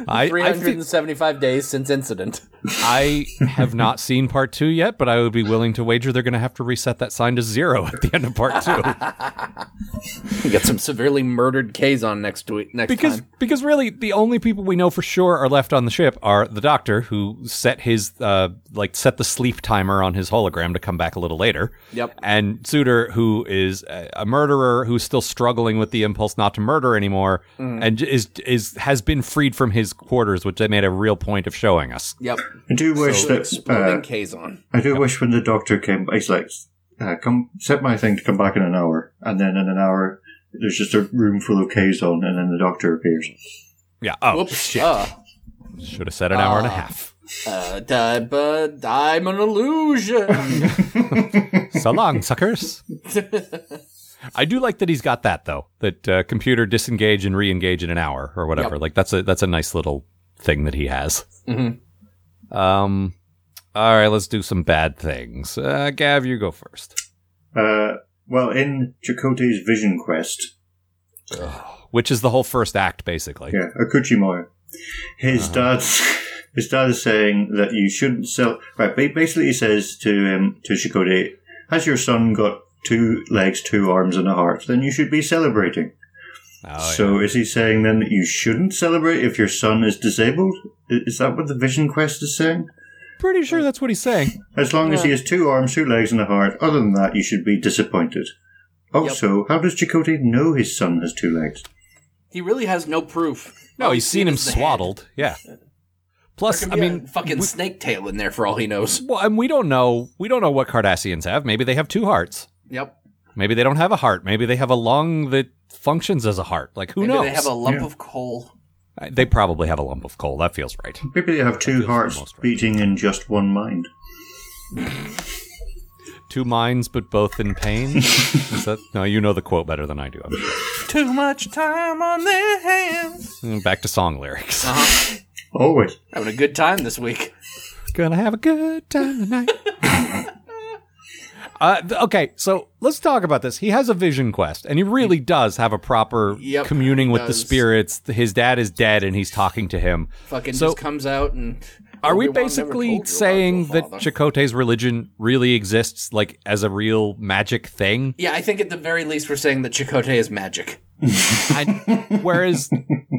[SPEAKER 5] I,
[SPEAKER 7] three
[SPEAKER 5] I,
[SPEAKER 7] hundred
[SPEAKER 5] thi-
[SPEAKER 7] and seventy five days since incident.
[SPEAKER 5] I have not seen part two yet, but I would be willing to wager they're going to have to reset that sign to zero at the end of part two.
[SPEAKER 7] We got some severely murdered K's on next week. Next
[SPEAKER 5] because
[SPEAKER 7] time.
[SPEAKER 5] because really the only people we know for sure are left on the ship are the doctor who set his uh like set the sleep timer on his hologram to come back a little later
[SPEAKER 7] Yep.
[SPEAKER 5] and Suter who is a a murderer who's still struggling with the impulse not to murder anymore and j- is is has been freed from his quarters which they made a real point of showing us
[SPEAKER 7] Yep.
[SPEAKER 6] I do wish that.
[SPEAKER 7] Exploding
[SPEAKER 6] uh,
[SPEAKER 7] K's on.
[SPEAKER 6] I do wish when the doctor came, he's like, uh, "Come, set my thing to come back in an hour," and then in an hour, there's just a room full of K's on, and then the doctor appears.
[SPEAKER 5] yeah oh
[SPEAKER 7] Whoops. Uh,
[SPEAKER 5] should have said an hour and a half
[SPEAKER 7] uh, di- but I'm an illusion.
[SPEAKER 5] so long suckers I do like that he's got that though. That uh, computer disengage and re-engage in an hour or whatever. Like that's a that's a nice little thing that he has.
[SPEAKER 7] Mhm.
[SPEAKER 5] Um, all right, let's do some bad things. Uh, Gav, you go first.
[SPEAKER 6] Uh, well, in Chakotay's vision quest,
[SPEAKER 5] Which is the whole first act, basically.
[SPEAKER 6] yeah, Akuchimoya, his dad's his dad is saying that you shouldn't sell. Right, ba- basically, he says to um, to Chakotay, "Has your son got two legs, two arms, and a heart? Then you should be celebrating."
[SPEAKER 5] Oh,
[SPEAKER 6] so is he saying then that you shouldn't celebrate if your son is disabled? I- Is that what the vision quest is saying?
[SPEAKER 5] Pretty sure that's what he's saying.
[SPEAKER 6] As long as he has two arms, two legs, and a heart, other than that, you should be disappointed. Also, how does Chakotay know his son has two legs?
[SPEAKER 7] he really has no proof.
[SPEAKER 5] No,
[SPEAKER 7] All
[SPEAKER 5] he's
[SPEAKER 7] we've
[SPEAKER 5] seen him
[SPEAKER 7] is Oh, the hand.
[SPEAKER 5] swaddled. Yeah. Plus,
[SPEAKER 7] There
[SPEAKER 5] I
[SPEAKER 7] could be a
[SPEAKER 5] mean,
[SPEAKER 7] fucking snake tail in there for all he knows.
[SPEAKER 5] well, and we don't know. We don't know what Cardassians have. Maybe they have two hearts.
[SPEAKER 7] Yep.
[SPEAKER 5] Maybe they don't have a heart. Maybe they have a lung that functions as a heart. Like who
[SPEAKER 7] Maybe
[SPEAKER 5] knows?
[SPEAKER 7] they have a lump of coal.
[SPEAKER 5] Uh, They probably have a lump of coal. That feels right.
[SPEAKER 6] Maybe they have two
[SPEAKER 5] feels
[SPEAKER 6] hearts
[SPEAKER 5] almost right.
[SPEAKER 6] beating in just one mind.
[SPEAKER 5] Two minds, but both in pain. Is that, no, you know the quote better than I do. I'm sure.
[SPEAKER 7] Too much time on their hands.
[SPEAKER 5] Mm, Back to song lyrics.
[SPEAKER 7] Uh-huh.
[SPEAKER 6] Always.
[SPEAKER 7] Having a good time this week.
[SPEAKER 5] Gonna have a good time tonight. Uh, th- okay, so let's talk about this. He has a vision quest, and he really does have a proper
[SPEAKER 7] Yep,
[SPEAKER 5] communing with the
[SPEAKER 7] does.
[SPEAKER 5] spirits. His dad is dead, and he's talking to him.
[SPEAKER 7] Fucking
[SPEAKER 5] So-
[SPEAKER 7] just comes out and.
[SPEAKER 5] Are we
[SPEAKER 7] Obi-Wan never told you
[SPEAKER 5] basically
[SPEAKER 7] about
[SPEAKER 5] saying
[SPEAKER 7] your
[SPEAKER 5] that
[SPEAKER 7] father.
[SPEAKER 5] Chakotay's religion really exists, like as a real magic thing?
[SPEAKER 7] Yeah, I think at the very least we're saying that Chakotay is magic.
[SPEAKER 5] And whereas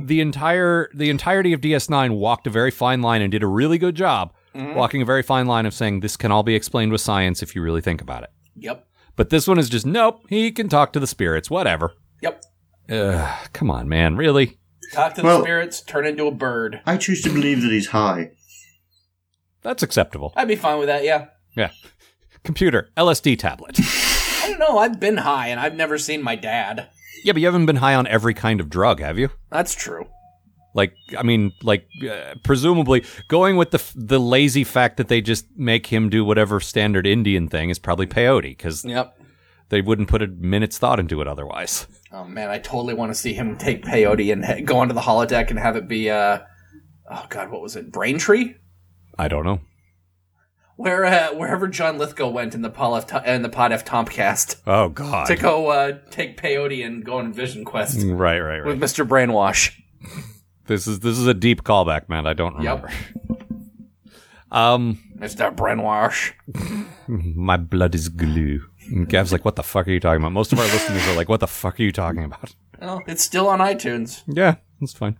[SPEAKER 5] the entire the entirety of DS9 walked a very fine line and did a really good job walking a very fine line of saying this can all be explained with science if you really think about it.
[SPEAKER 7] Yep.
[SPEAKER 5] But this one is just nope, he can talk to the spirits, whatever.
[SPEAKER 7] Yep.
[SPEAKER 5] Ugh, come on, man, really?
[SPEAKER 7] Talk to the
[SPEAKER 6] Well-
[SPEAKER 7] spirits, turn into a bird.
[SPEAKER 6] I choose to believe that he's high.
[SPEAKER 5] That's acceptable.
[SPEAKER 7] I'd be fine with that, yeah.
[SPEAKER 5] Yeah. Computer, LSD tablet.
[SPEAKER 7] I don't know, I've been high and I've never seen my dad.
[SPEAKER 5] yeah, but you haven't been high on every kind of drug, have you?
[SPEAKER 7] That's true.
[SPEAKER 5] Like, I mean, like, uh, presumably going with the f- the lazy fact that they just make him do whatever standard Indian thing is probably peyote because
[SPEAKER 7] Yep.
[SPEAKER 5] they wouldn't put a minute's thought into it otherwise.
[SPEAKER 7] Oh man, I totally want to see him take peyote and he- go onto the holodeck and have it be uh oh god, what was it? Braintree?
[SPEAKER 5] I don't know.
[SPEAKER 7] Where uh, wherever John Lithgow went in the Paul F. To- in the Pod F. Tompcast
[SPEAKER 5] Oh God.
[SPEAKER 7] to go uh, take peyote and go on Vision Quest
[SPEAKER 5] right, right, right.
[SPEAKER 7] with Mister Brainwash.
[SPEAKER 5] This is this is a deep callback, man. I don't
[SPEAKER 7] Yep.
[SPEAKER 5] remember. Um,
[SPEAKER 7] Mister Brainwash.
[SPEAKER 5] my blood is glue. And Gav's like, what the fuck are you talking about? Most of our listeners are like, what the fuck are you talking about?
[SPEAKER 7] Well, it's still on iTunes.
[SPEAKER 5] Yeah, that's fine.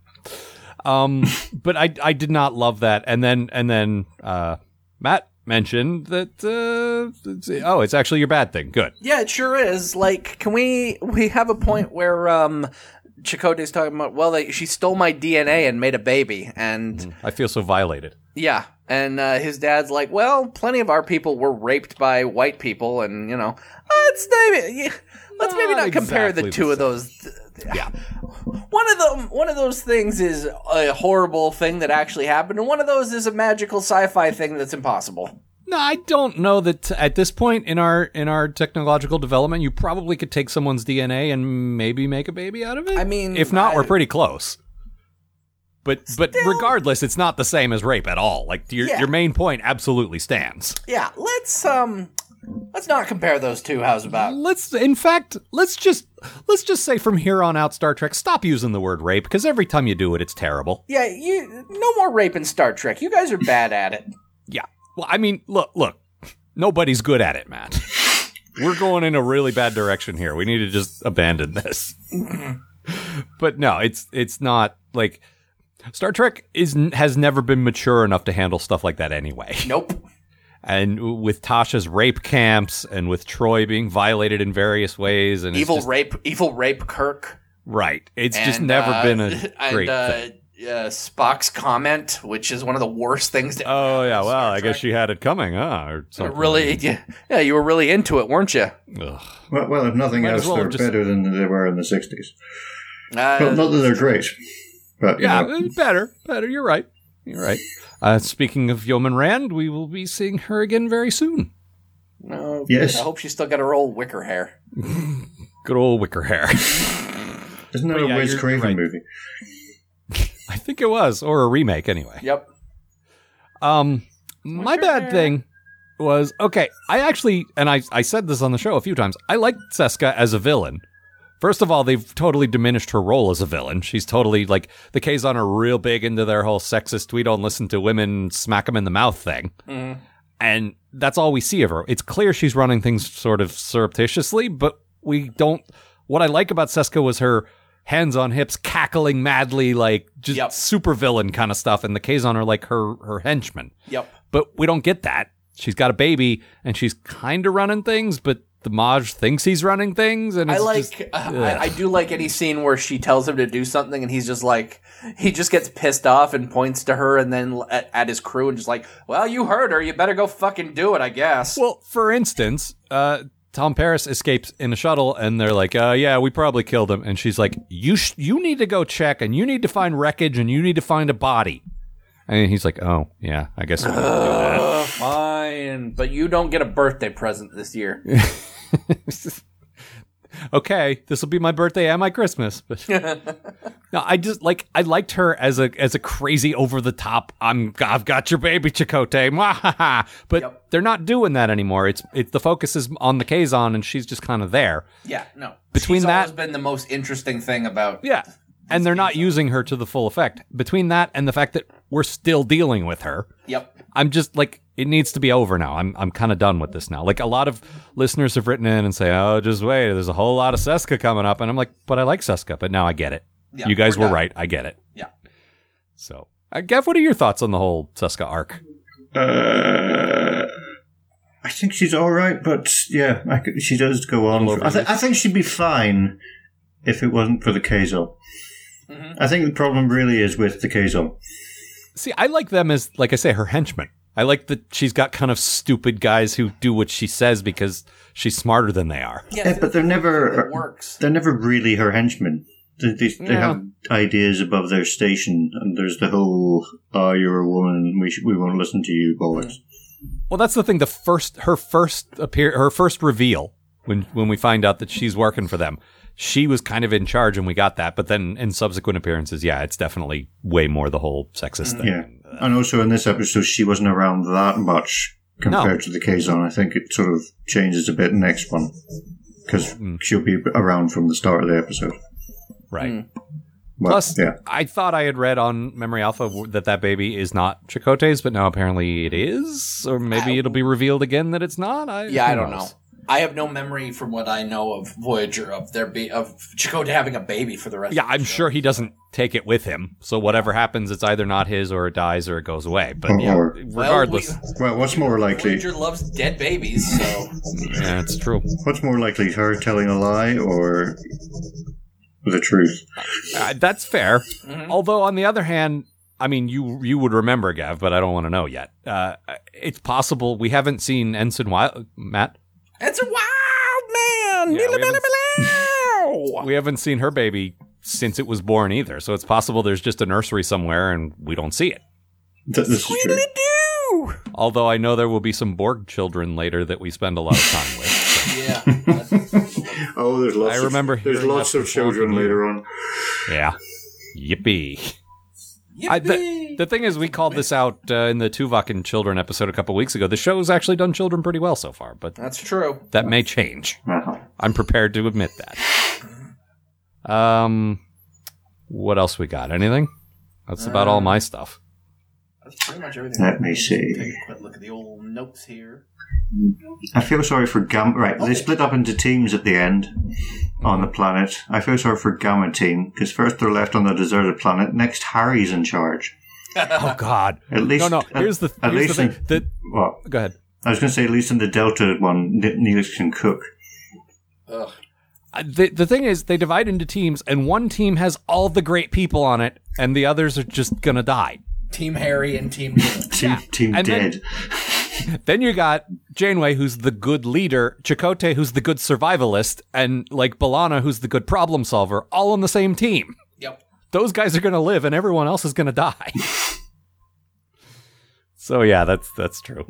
[SPEAKER 5] Um, but I I did not love that. And then and then uh, Matt mentioned that uh, let's see. oh, it's actually your bad thing. Good.
[SPEAKER 7] Yeah, it sure is. Like, can we we have a point where um Chakotay's talking about? Well, they, she stole my DNA and made a baby, and
[SPEAKER 5] I feel so violated.
[SPEAKER 7] Yeah, and uh, his dad's like, "Well, plenty of our people were raped by white people, and you know, let's uh, maybe yeah, let's maybe not
[SPEAKER 5] Not
[SPEAKER 7] compare the
[SPEAKER 5] exactly
[SPEAKER 7] two
[SPEAKER 5] the
[SPEAKER 7] of those th- yeah. One of them, one of those things is a horrible thing that actually happened, and one of those is a magical sci-fi thing that's impossible.
[SPEAKER 5] No, I don't know that at this point in our in our technological development, you probably could take someone's DNA and maybe make a baby out of it.
[SPEAKER 7] I mean,
[SPEAKER 5] if not,
[SPEAKER 7] I-
[SPEAKER 5] we're pretty close. But but
[SPEAKER 7] Still-
[SPEAKER 5] regardless, it's not the same as rape at all. Like your
[SPEAKER 7] Yeah.
[SPEAKER 5] your main point absolutely stands.
[SPEAKER 7] Yeah, let's um, let's not compare those two. How's about?
[SPEAKER 5] Let's in fact let's just let's just say from here on out, Star Trek, stop using the word rape because every time you do it, it's terrible.
[SPEAKER 7] Yeah, you no more rape in Star Trek. You guys are bad at it.
[SPEAKER 5] Yeah. Well, I mean, look, look, nobody's good at it, Matt. We're going in a really bad direction here. We need to just abandon this. but no, it's it's not like Star Trek is has never been mature enough to handle stuff like that anyway.
[SPEAKER 7] Nope.
[SPEAKER 5] And with Tasha's rape camps and with Troy being violated in various ways and it's
[SPEAKER 7] evil
[SPEAKER 5] just-
[SPEAKER 7] rape, evil rape, Kirk.
[SPEAKER 5] right. It's just
[SPEAKER 7] And,
[SPEAKER 5] never
[SPEAKER 7] uh,
[SPEAKER 5] been a great
[SPEAKER 7] and,
[SPEAKER 5] thing.
[SPEAKER 7] Uh, uh, Spock's comment, which is one of the worst things to
[SPEAKER 5] Oh yeah, well, I
[SPEAKER 7] Trek.
[SPEAKER 5] guess she had it coming, huh? Or something.
[SPEAKER 7] really. Yeah, yeah, you were really into it, weren't you?
[SPEAKER 5] Ugh.
[SPEAKER 6] Well, well if nothing
[SPEAKER 5] Might as
[SPEAKER 6] else,
[SPEAKER 5] well
[SPEAKER 6] they're
[SPEAKER 5] just-
[SPEAKER 6] better than they were in the 60s. But
[SPEAKER 7] Uh,
[SPEAKER 6] not that they're great. But, you
[SPEAKER 5] Yeah,
[SPEAKER 6] know,
[SPEAKER 5] uh, better, better. You're right. You're right. Uh, speaking of Yeoman Rand, we will be seeing her again very soon.
[SPEAKER 7] no,
[SPEAKER 6] Yes.
[SPEAKER 7] Uh, I hope she's still got her old wicker hair.
[SPEAKER 5] Good old wicker hair.
[SPEAKER 6] isn't that
[SPEAKER 5] but
[SPEAKER 6] a
[SPEAKER 5] yeah,
[SPEAKER 6] Wes
[SPEAKER 5] you're
[SPEAKER 6] Craven
[SPEAKER 5] right.
[SPEAKER 6] movie?
[SPEAKER 5] I think it was, or a remake anyway.
[SPEAKER 7] Yep.
[SPEAKER 5] Um, my bad thing was okay. I actually, and I, I said this on the show a few times. I liked Seska as a villain. First of all, they've totally diminished her role as a villain. She's totally like the Kazon are real big into their whole sexist, we don't listen to women, smack them in the mouth thing.
[SPEAKER 7] Mm.
[SPEAKER 5] and that's all we see of her. It's clear she's running things sort of surreptitiously, but we don't. What I like about Seska was her hands on hips, cackling madly, like just
[SPEAKER 7] Yep.
[SPEAKER 5] super villain kind of stuff, and the Kazon are like her her henchmen.
[SPEAKER 7] Yep.
[SPEAKER 5] But we don't get that. She's got a baby, and she's kind of running things, but the Maj thinks he's running things, and
[SPEAKER 7] I
[SPEAKER 5] it's
[SPEAKER 7] like.
[SPEAKER 5] just-
[SPEAKER 7] uh,
[SPEAKER 5] ugh.
[SPEAKER 7] I, I do like any scene where she tells him to do something, and he's just like, he just gets pissed off and points to her, and then l- at, at his crew, and just like, well, you heard her. You better go fucking do it. I guess.
[SPEAKER 5] Well, for instance, uh, Tom Paris escapes in a shuttle, and they're like, uh, "Yeah, we probably killed him." And she's like, "You sh- you need to go check, and you need to find wreckage, and you need to find a body." And he's like, "Oh, yeah, I guess." we can do that."
[SPEAKER 7] Ugh, fine, but you don't get a birthday present this year.
[SPEAKER 5] okay, this will be my birthday and my Christmas. But no, I just like I liked her as a as a crazy over the top. I'm I've got your baby Chicote, mwahaha. But
[SPEAKER 7] Yep.
[SPEAKER 5] they're not doing that anymore. It's it's the focus is on the Kazon, and she's just kind of there.
[SPEAKER 7] Yeah, no.
[SPEAKER 5] Between
[SPEAKER 7] She's
[SPEAKER 5] that-
[SPEAKER 7] always been the most interesting thing about.
[SPEAKER 5] Yeah. And they're not using her to the full effect. Between that and the fact that we're still dealing with her,
[SPEAKER 7] Yep.
[SPEAKER 5] I'm just like it needs to be over now. I'm I'm kind of done with this now. Like a lot of listeners have written in and say, "Oh, just wait, there's a whole lot of Seska coming up." And I'm like, "But I like Seska, but now I get it.
[SPEAKER 7] Yeah,
[SPEAKER 5] you guys were
[SPEAKER 7] done.
[SPEAKER 5] right. I get it."
[SPEAKER 7] Yeah.
[SPEAKER 5] So, uh, Gav, what are your thoughts on the whole Seska arc?
[SPEAKER 6] Uh, I think she's all right, but yeah, I could, she does go on.
[SPEAKER 5] over
[SPEAKER 6] I, th- I think she'd be fine if it wasn't for the Kazon.
[SPEAKER 7] Mm-hmm.
[SPEAKER 6] I think the problem really is with the Kazon.
[SPEAKER 5] See, I like them as, like I say, her henchmen. I like that she's got kind of stupid guys who do what she says because she's smarter than they are.
[SPEAKER 7] Yeah,
[SPEAKER 6] Yeah, Eh, but they're
[SPEAKER 7] it
[SPEAKER 6] never
[SPEAKER 7] works.
[SPEAKER 6] they're never really her henchmen. They, they, they have ideas above their station, and there's the whole "Oh, you're a woman. We sh- we won't listen to you" bollocks.
[SPEAKER 5] Well, that's the thing. The first, her first appear, her first reveal when when we find out that she's working for them, she was kind of in charge, and we got that. But then in subsequent appearances, yeah, it's definitely way more the whole sexist thing.
[SPEAKER 6] Yeah, and also in this episode, she wasn't around that much compared to the Kazon. I think it sort of changes a bit next one because
[SPEAKER 5] Mm.
[SPEAKER 6] she'll be around from the start of the episode.
[SPEAKER 5] Right.
[SPEAKER 6] Well,
[SPEAKER 5] Plus,
[SPEAKER 6] yeah,
[SPEAKER 5] I thought I had read on Memory Alpha w- that that baby is not Chicote's, but now apparently it is, or maybe it'll be revealed again that it's not. I,
[SPEAKER 7] Yeah, I
[SPEAKER 5] who
[SPEAKER 7] don't know.
[SPEAKER 5] knows?
[SPEAKER 7] I have no memory from what I know of Voyager of there be of Chakotay having a baby for the rest.
[SPEAKER 5] Yeah,
[SPEAKER 7] of the
[SPEAKER 5] I'm
[SPEAKER 7] show.
[SPEAKER 5] sure he doesn't take it with him. So whatever happens, it's either not his, or it dies, or it goes away. But
[SPEAKER 6] Or-
[SPEAKER 5] yeah,
[SPEAKER 6] or-
[SPEAKER 7] Well,
[SPEAKER 5] regardless,
[SPEAKER 7] we-
[SPEAKER 6] well, what's more likely?
[SPEAKER 7] Voyager loves dead babies, so
[SPEAKER 5] yeah, it's true.
[SPEAKER 6] What's more likely, her telling a lie or the truth?
[SPEAKER 5] Uh, that's fair.
[SPEAKER 7] Mm-hmm.
[SPEAKER 5] Although on the other hand, I mean, you you would remember Gav, but I don't want to know yet. Uh, it's possible we haven't seen Ensign Wild Matt.
[SPEAKER 7] it's a wild man.
[SPEAKER 5] Yeah, we haven't-
[SPEAKER 7] No.
[SPEAKER 5] We haven't seen her baby since it was born either, so it's possible there's just a nursery somewhere and we don't see it.
[SPEAKER 6] Th- this is true.
[SPEAKER 5] Although I know there will be some Borg children later that we spend a lot of time with.
[SPEAKER 7] Yeah.
[SPEAKER 6] Oh, there's lots.
[SPEAKER 5] I
[SPEAKER 6] of-
[SPEAKER 5] remember
[SPEAKER 6] there's
[SPEAKER 5] hearing
[SPEAKER 6] lots
[SPEAKER 5] that
[SPEAKER 6] of children
[SPEAKER 5] before.
[SPEAKER 6] later on.
[SPEAKER 5] Yeah. Yippee. I, the, the thing is, we called this out uh, in the Tuvok and Children episode a couple weeks ago. The show's actually done children pretty well so far, but
[SPEAKER 7] That's true.
[SPEAKER 5] that may change.
[SPEAKER 6] Uh-huh.
[SPEAKER 5] I'm prepared to admit that. Um, what else we got? Anything? That's about all my stuff.
[SPEAKER 8] That's pretty much everything.
[SPEAKER 6] Let me see.
[SPEAKER 8] Take a quick look at the old notes here.
[SPEAKER 6] I feel sorry for Gamma. Right, they split up into teams at the end on the planet. I feel sorry for Gamma team because first they're left on the deserted planet. Next, Harry's in charge.
[SPEAKER 5] Oh God!
[SPEAKER 6] Uh, At least,
[SPEAKER 5] no, no. Here's the
[SPEAKER 6] at
[SPEAKER 5] here's
[SPEAKER 6] least
[SPEAKER 5] the thing.
[SPEAKER 6] in-
[SPEAKER 5] The,
[SPEAKER 6] well,
[SPEAKER 5] go ahead.
[SPEAKER 6] I was going to say at least in the Delta one, N- Neelix can cook.
[SPEAKER 8] Ugh.
[SPEAKER 5] Uh, The the thing is, they divide into teams, and one team has all the great people on it, and the others are just gonna die.
[SPEAKER 8] Team Harry and Team Dylan.
[SPEAKER 6] Team, team
[SPEAKER 5] and then-
[SPEAKER 6] dead.
[SPEAKER 5] Then you got Janeway, who's the good leader, Chakotay, who's the good survivalist, and like Balana, who's the good problem solver, all on the same team.
[SPEAKER 8] Yep.
[SPEAKER 5] Those guys are going to live, and everyone else is going to die. so yeah, that's that's true.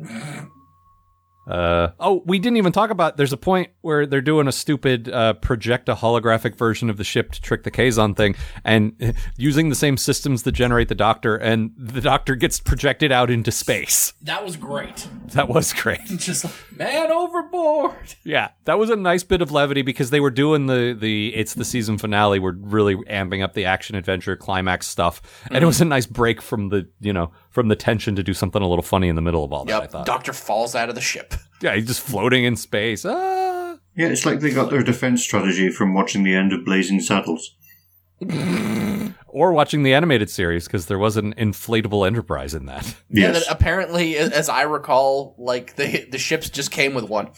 [SPEAKER 5] Uh, oh, we didn't even talk about. There's a point where they're doing a stupid uh, project a holographic version of the ship to trick the Kazon thing, and uh, using the same systems that generate the Doctor, and the Doctor gets projected out into space.
[SPEAKER 8] That was great.
[SPEAKER 5] That was great.
[SPEAKER 8] Just like, man overboard.
[SPEAKER 5] Yeah, that was a nice bit of levity because they were doing the the it's the season finale. We're really amping up the action adventure climax stuff, and
[SPEAKER 8] Mm.
[SPEAKER 5] it was a nice break from the you know from the tension to do something a little funny in the middle of all that. I
[SPEAKER 8] Yep.
[SPEAKER 5] thought,
[SPEAKER 8] Doctor falls out of the ship.
[SPEAKER 5] yeah, he's just floating in space. Ah.
[SPEAKER 6] Yeah, it's like they got their defense strategy from watching the end of Blazing Saddles.
[SPEAKER 5] Or watching the animated series because there was an inflatable Enterprise in that. uh,
[SPEAKER 8] And
[SPEAKER 6] Yes,
[SPEAKER 8] then apparently, a- as I recall, like the the ships just came with one.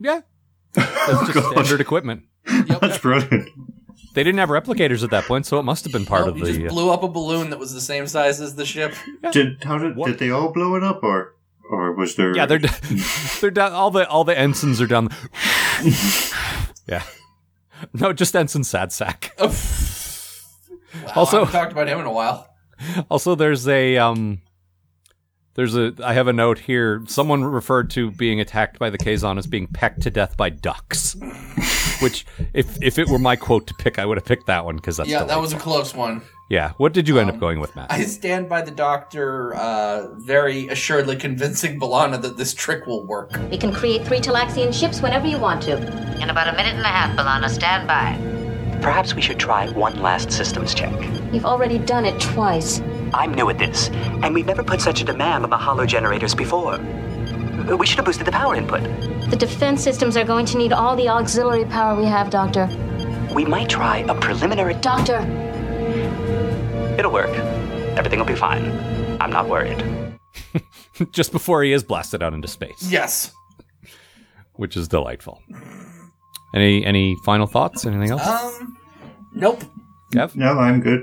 [SPEAKER 5] Yeah,
[SPEAKER 8] Oh,
[SPEAKER 5] that's just standard equipment.
[SPEAKER 6] that's brilliant.
[SPEAKER 5] They didn't have replicators at that point, so it must have been part
[SPEAKER 8] Nope,
[SPEAKER 5] of
[SPEAKER 8] you
[SPEAKER 5] the. uh,
[SPEAKER 8] just blew up a balloon that was the same size as the ship.
[SPEAKER 6] Did how did
[SPEAKER 5] What-
[SPEAKER 6] did they all blow it up or or was there?
[SPEAKER 5] yeah, they're d- they're down. All the all the ensigns are down. yeah, no, just ensign sad sack.
[SPEAKER 8] wow,
[SPEAKER 5] Also-
[SPEAKER 8] I haven't talked about him in a while.
[SPEAKER 5] Also, there's a um, there's a I have a note here. Someone referred to being attacked by the Kazon as being pecked to death by ducks, which if if it were my quote to pick, I would have picked that one because that's
[SPEAKER 8] Yeah, that
[SPEAKER 5] delightful.
[SPEAKER 8] was a close one.
[SPEAKER 5] yeah. What did you end up going with, Matt?
[SPEAKER 8] I stand by the doctor, uh, very assuredly convincing Balana that this trick will work.
[SPEAKER 9] We can create three Talaxian ships whenever you want to.
[SPEAKER 10] In about a minute and a half, Balana, stand by.
[SPEAKER 11] Perhaps we should try one last systems check.
[SPEAKER 9] You've already done it twice.
[SPEAKER 11] I'm new at this, and we've never put such a demand on the hollow generators before. Uh, We should have boosted the power input.
[SPEAKER 9] The defense systems are going to need all the auxiliary power we have, Doctor.
[SPEAKER 11] We might try a preliminary.
[SPEAKER 9] Doctor,
[SPEAKER 11] It'll work. Everything will be fine. I'm not worried.
[SPEAKER 5] Just before he is blasted out into space,
[SPEAKER 8] Yes.
[SPEAKER 5] which is delightful. Any any final thoughts? Anything else?
[SPEAKER 8] Um. Nope.
[SPEAKER 5] Kev?
[SPEAKER 6] No, I'm good.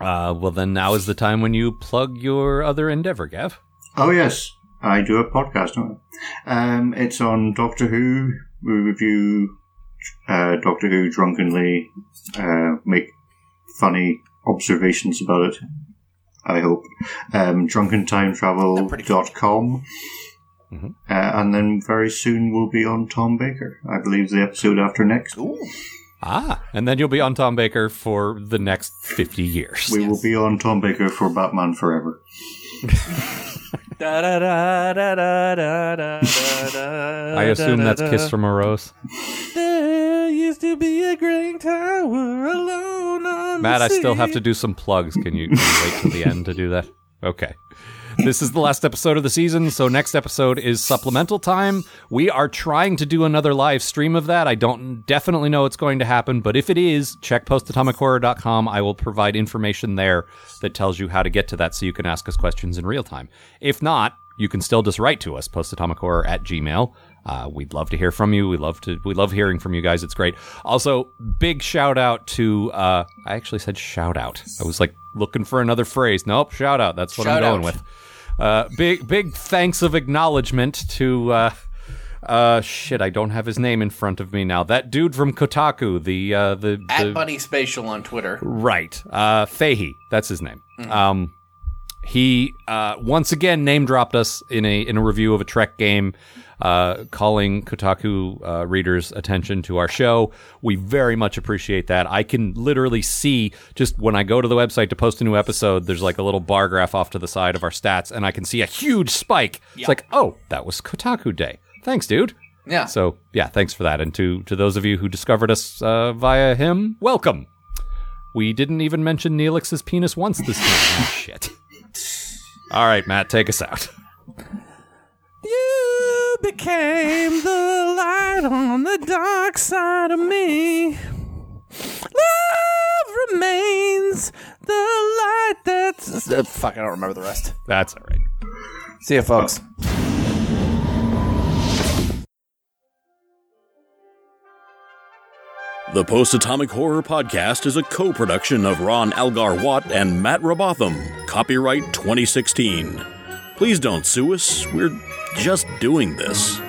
[SPEAKER 5] Uh, well, then now is the time when you plug your other endeavor, Gav.
[SPEAKER 6] Oh yes, I do a podcast on it. Um, it's on Doctor Who. We review uh, Doctor Who drunkenly, uh, make funny observations about it. I hope. Um, drunkenTimeTravel.com.
[SPEAKER 5] Mhm.
[SPEAKER 6] Uh, and then very soon we'll be on Tom Baker. I believe the episode after next.
[SPEAKER 8] Ooh.
[SPEAKER 5] Ah, and then you'll be on Tom Baker for the next fifty years.
[SPEAKER 6] We will be on Tom Baker for Batman Forever.
[SPEAKER 7] Da, da, da, da, da, da, da, da,
[SPEAKER 5] I assume that's Kiss from a Rose.
[SPEAKER 7] There used to be a great tower alone on
[SPEAKER 5] Matt,
[SPEAKER 7] the
[SPEAKER 5] I still have
[SPEAKER 7] sea.
[SPEAKER 5] to do some plugs. Can you, can you wait till the end to do that? Okay. This is the last episode of the season, so next episode is supplemental time. We are trying to do another live stream of that. I don't definitely know what's going to happen, but if it is, check postatomichorror.com. I will provide information there that tells you how to get to that so you can ask us questions in real time. If not, you can still just write to us, postatomichorror at gmail. Uh, we'd love to hear from you. We love to we love hearing from you guys. It's great. Also, big shout out to uh, I actually said shout out. I was like looking for another phrase. Nope, shout out. That's what I'm
[SPEAKER 8] Shout
[SPEAKER 5] going
[SPEAKER 8] out.
[SPEAKER 5] with. Uh, big big thanks of acknowledgement to uh, Uh, shit, I don't have his name in front of me now. That dude from Kotaku, the uh, the,
[SPEAKER 8] At
[SPEAKER 5] the
[SPEAKER 8] Buddy Spatial on Twitter.
[SPEAKER 5] Right. Uh, Fahey, that's his name. Um, he uh, once again name dropped us in a in a review of a Trek game, uh, calling Kotaku uh, readers' attention to our show. We very much appreciate that. I can literally see just when I go to the website to post a new episode, there's like a little bar graph off to the side of our stats, and I can see a huge spike. It's like, oh, that was Kotaku Day. Thanks, dude.
[SPEAKER 8] Yeah.
[SPEAKER 5] So yeah, thanks for that, and to to those of you who discovered us uh, via him, welcome. We didn't even mention Neelix's penis once this time. Oh, Shit. All right, Matt, take us out.
[SPEAKER 1] You became the light on the dark side of me. Love remains the light that's. Uh, fuck, I don't remember the rest.
[SPEAKER 5] That's all right.
[SPEAKER 12] See you, folks.
[SPEAKER 4] The Post Atomic Horror Podcast is a co production of Ron Algar Watt and Matt Robotham, copyright 2016. Please don't sue us, we're just doing this.